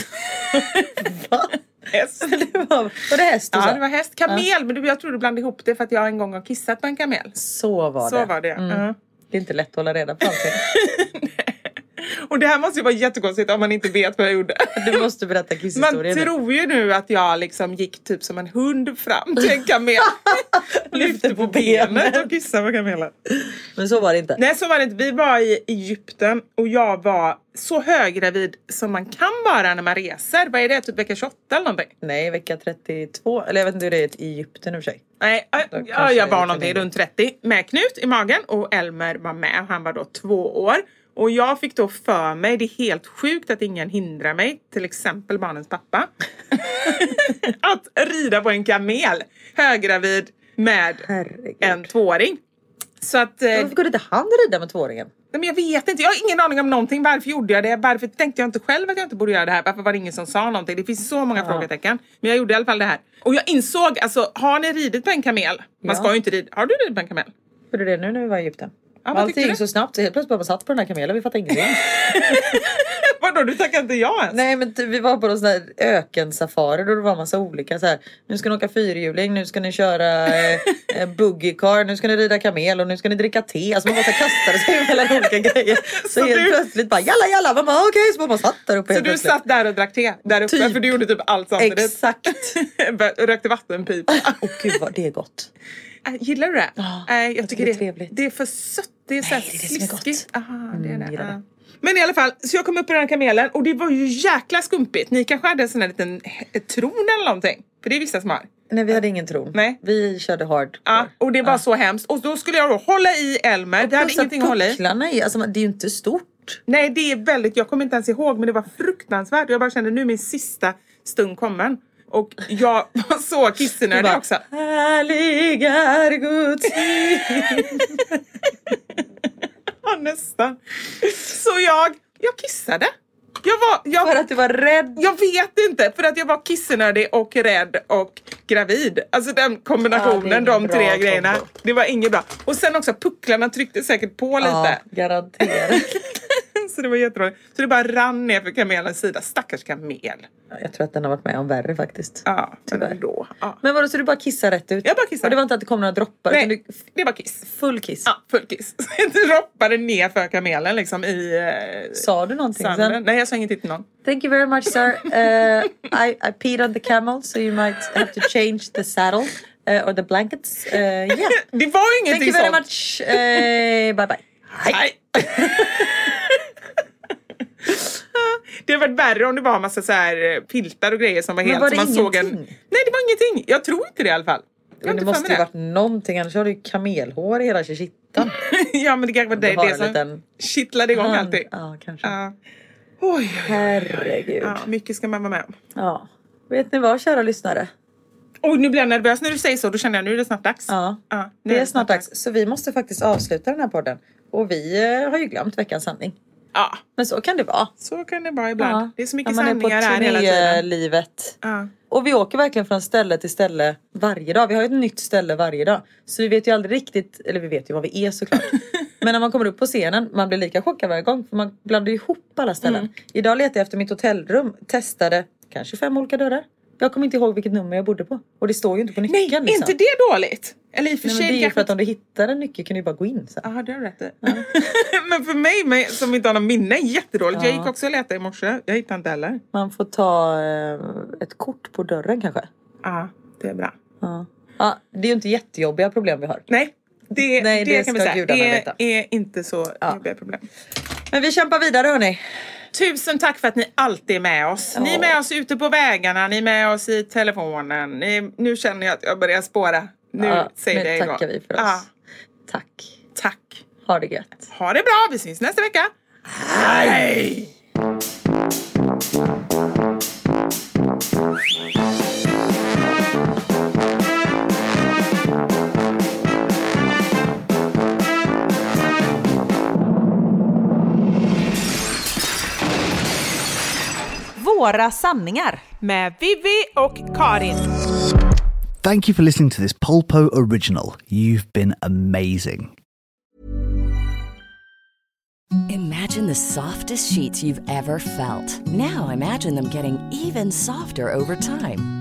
Speaker 1: Va?
Speaker 2: Häst.
Speaker 1: Det var, var det häst du
Speaker 2: Ja,
Speaker 1: sa?
Speaker 2: det var häst. Kamel, men du, jag tror du blandade ihop det för att jag en gång har kissat på en kamel.
Speaker 1: Så var
Speaker 2: Så
Speaker 1: det.
Speaker 2: var det. ja.
Speaker 1: Det är inte lätt att hålla reda på allting.
Speaker 2: Och det här måste ju vara jättekonstigt om man inte vet vad jag gjorde.
Speaker 1: Du måste berätta
Speaker 2: Man
Speaker 1: kisshistorien nu.
Speaker 2: tror ju nu att jag liksom gick typ som en hund fram till en kamel. Lyfte på benet och kissade på kamelen.
Speaker 1: Men så var det inte.
Speaker 2: Nej, så var det inte. Vi var i Egypten och jag var så höggravid som man kan vara när man reser. Vad är det? Typ vecka 28 eller någonting?
Speaker 1: Nej, vecka 32. Eller jag vet inte hur det är i Egypten i och för sig.
Speaker 2: Nej, ja,
Speaker 1: Då kanske
Speaker 2: ja, jag
Speaker 1: det
Speaker 2: var
Speaker 1: är
Speaker 2: någonting
Speaker 1: lite
Speaker 2: runt 30 med Knut i magen och Elmer var med och han var då två år. Och jag fick då för mig, det är helt sjukt att ingen hindrar mig, till exempel barnens pappa, att rida på en kamel höggravid med
Speaker 1: Herregud.
Speaker 2: en tvååring. Så att, eh,
Speaker 1: Varför kunde inte han rida med tvååringen?
Speaker 2: nej, men jag vet inte, jag har ingen aning om någonting. Varför gjorde jag det? Varför tänkte jag inte själv att jag inte borde göra det här? Varför var det ingen som sa någonting? Det finns så många frågetecken. Men jag gjorde i alla fall det här. Och jag insåg, alltså har ni ridit på en kamel? Man
Speaker 1: Ja.
Speaker 2: ska ju inte rida. Har du ridit på en kamel?
Speaker 1: Gjorde du det nu när vi var i Egypten?
Speaker 2: Ja, vad
Speaker 1: Allting
Speaker 2: tyckte
Speaker 1: gick
Speaker 2: du?
Speaker 1: så snabbt så helt plötsligt bara man satt på den här kamelen. Vi fattade ingenting.
Speaker 2: Vadå, du tackar inte ja ens?
Speaker 1: Nej men ty- vi var på någon sån här ökensafari då det var massa olika så här. Nu ska ni åka fyrhjuling, nu ska ni köra eh, eh, buggycar, nu ska ni rida kamel och nu ska ni dricka te. Alltså man bara så här kastade sig mellan olika grejer. Så,
Speaker 2: Så
Speaker 1: helt
Speaker 2: du-
Speaker 1: plötsligt bara jalla jalla, man bara okej så man bara satt där uppe
Speaker 2: Så
Speaker 1: helt
Speaker 2: du
Speaker 1: plötsligt.
Speaker 2: satt där och drack te där uppe
Speaker 1: Typ.
Speaker 2: för du gjorde typ allt samtidigt?
Speaker 1: Exakt.
Speaker 2: Rökte vattenpipa.
Speaker 1: Åh gud vad det är gott.
Speaker 2: Äh, Gillar du det?
Speaker 1: Ja,
Speaker 2: Äh,
Speaker 1: jag tycker
Speaker 2: jag tycker
Speaker 1: det är
Speaker 2: det,
Speaker 1: trevligt.
Speaker 2: det är för sött. Det är så här
Speaker 1: Nej, det är det som är gott.
Speaker 2: sliskigt. Aha, det är
Speaker 1: Mm,
Speaker 2: det.
Speaker 1: gillar
Speaker 2: ja.
Speaker 1: det.
Speaker 2: Men i alla fall, så jag kom upp på den här kamelen och det var ju jäkla skumpigt. Ni kanske hade en sån här liten he- tron eller någonting? För det är vissa som har.
Speaker 1: Nej vi hade ingen tron.
Speaker 2: Nej.
Speaker 1: Vi körde hard.
Speaker 2: Ja, och det var så hemskt. Och då skulle jag då hålla i Elmer. Det hade
Speaker 1: Plus att
Speaker 2: ingenting att hålla i.
Speaker 1: pucklarna är, alltså, man- det är ju inte stort.
Speaker 2: Nej, det är väldigt, jag kommer inte ens ihåg, men det var fruktansvärt. Jag bara kände nu är min sista stund kommen. Och jag var så
Speaker 1: Du
Speaker 2: kissnödig
Speaker 1: bara,
Speaker 2: också.
Speaker 1: Härlig är Guds
Speaker 2: Ja, nästan. Så jag, jag kissade. Jag var, jag,
Speaker 1: För att du var rädd.
Speaker 2: jag vet inte, för att jag var kissnödig och rädd och gravid. Alltså den
Speaker 1: Ja, det är
Speaker 2: kombinationen,
Speaker 1: ingen
Speaker 2: de
Speaker 1: bra
Speaker 2: tre grejerna.
Speaker 1: kombo.
Speaker 2: Det var inget bra. Och sen också pucklarna tryckte säkert på
Speaker 1: Ja,
Speaker 2: lite.
Speaker 1: garanterat.
Speaker 2: Så det var jätteroligt. Så det bara rann ner för kamelens sida. Stackars kamel.
Speaker 1: Jag tror att den har varit med om värre faktiskt.
Speaker 2: Ja,
Speaker 1: Tyvärr.
Speaker 2: men då. Ja.
Speaker 1: Men vadå, så du bara kissade rätt ut?
Speaker 2: Jag bara kissade.
Speaker 1: Och det var inte att det kom några droppar?
Speaker 2: Nej,
Speaker 1: utan Du,
Speaker 2: det var kiss.
Speaker 1: full kiss?
Speaker 2: Ja, full kiss. Så droppade ner för kamelen liksom i eh,
Speaker 1: Sa du någonting
Speaker 2: sanden.
Speaker 1: sen?
Speaker 2: Nej, jag sa ingenting till någon.
Speaker 1: Thank you very much sir. Eh, I, I peed on the camel so you might have to change the saddle eh, or the blankets. Eh, yeah.
Speaker 2: Det var ju
Speaker 1: Thank
Speaker 2: ingenting
Speaker 1: you very
Speaker 2: sånt.
Speaker 1: much. Eh, bye bye.
Speaker 2: Nej. Det hade varit värre om det var massa så här eh, filtar och grejer som var helt...
Speaker 1: var
Speaker 2: så
Speaker 1: det
Speaker 2: man såg en...
Speaker 1: ingenting?
Speaker 2: Nej, det var ingenting. Jag tror inte det i alla fall. Jag har
Speaker 1: Men det
Speaker 2: inte
Speaker 1: måste
Speaker 2: för
Speaker 1: ju
Speaker 2: mig
Speaker 1: varit någonting annars har du ju kamelhår i hela kittan.
Speaker 2: det. Ja, men det kanske var
Speaker 1: Du
Speaker 2: det,
Speaker 1: har
Speaker 2: det
Speaker 1: en
Speaker 2: som
Speaker 1: liten-
Speaker 2: kittlade igång
Speaker 1: Ja,
Speaker 2: allting.
Speaker 1: Ja, kanske.
Speaker 2: Ja. Oj,
Speaker 1: Herregud.
Speaker 2: ja, mycket ska man vara med om.
Speaker 1: Ja. Vet ni vad kära lyssnare?
Speaker 2: Oj, nu blir jag nervös när du säger så. Då känner jag nu är det snart dags.
Speaker 1: Ja.
Speaker 2: Ja, nu
Speaker 1: Det är snart dags, så vi måste faktiskt avsluta den här podden. Och vi eh, har ju glömt veckans sanning.
Speaker 2: Ja,
Speaker 1: Men så kan det vara.
Speaker 2: så kan det vara ibland. Det är så mycket
Speaker 1: När man
Speaker 2: sanningar här hela
Speaker 1: är på
Speaker 2: tiden.
Speaker 1: livet.
Speaker 2: Ja.
Speaker 1: Och vi åker verkligen från ställe till ställe varje dag. Vi har ju ett nytt ställe varje dag. Så vi vet ju aldrig riktigt, eller vi vet ju vad vi är såklart. Men när man kommer upp på scenen, man blir lika chockad varje gång. För man blandar ju ihop alla ställen.
Speaker 2: Mm.
Speaker 1: Idag letade jag efter mitt hotellrum, testade kanske fem olika dörrar. Jag kommer inte ihåg vilket nummer jag bodde på. Och det står ju inte på
Speaker 2: Nej,
Speaker 1: nyckeln. liksom.
Speaker 2: är inte det dåligt? Eller i och för
Speaker 1: Nej,
Speaker 2: sig
Speaker 1: men det är ju
Speaker 2: kanske
Speaker 1: för att om du hittar en nyckel kan du ju bara gå in sen.
Speaker 2: Ja, det har du rätt i. Men för mig men, som inte har någon minne, jättedåligt. Jag gick också och letade i morse. Jag hittade inte heller.
Speaker 1: Man får ta eh, ett kort på dörren kanske.
Speaker 2: Ja, det är bra.
Speaker 1: Ja. det är ju inte jättejobbiga problem vi har.
Speaker 2: Nej, det,
Speaker 1: Nej, det
Speaker 2: kan vi
Speaker 1: ska
Speaker 2: säga.
Speaker 1: gudarna
Speaker 2: Det
Speaker 1: veta.
Speaker 2: är inte så jobbiga problem.
Speaker 1: Men vi kämpar vidare hörni.
Speaker 2: Tusen tack för att ni alltid är med oss. Ni är med oss ute på vägarna, ni är med oss i telefonen. Ni, nu känner jag att jag börjar spåra. Nu
Speaker 1: Ja,
Speaker 2: säger
Speaker 1: nu
Speaker 2: det igång.
Speaker 1: tackar vi för oss.
Speaker 2: Ja,
Speaker 1: Tack.
Speaker 2: tack.
Speaker 1: Ha det gött.
Speaker 2: Ha det bra. Vi syns nästa vecka. Hej!
Speaker 8: Våra sanningar.
Speaker 2: Med Vivi och Karin.
Speaker 9: Thank you for listening to this Polpo original. You've been amazing.
Speaker 10: Imagine the softest sheets you've ever felt. Now imagine them getting even softer over time.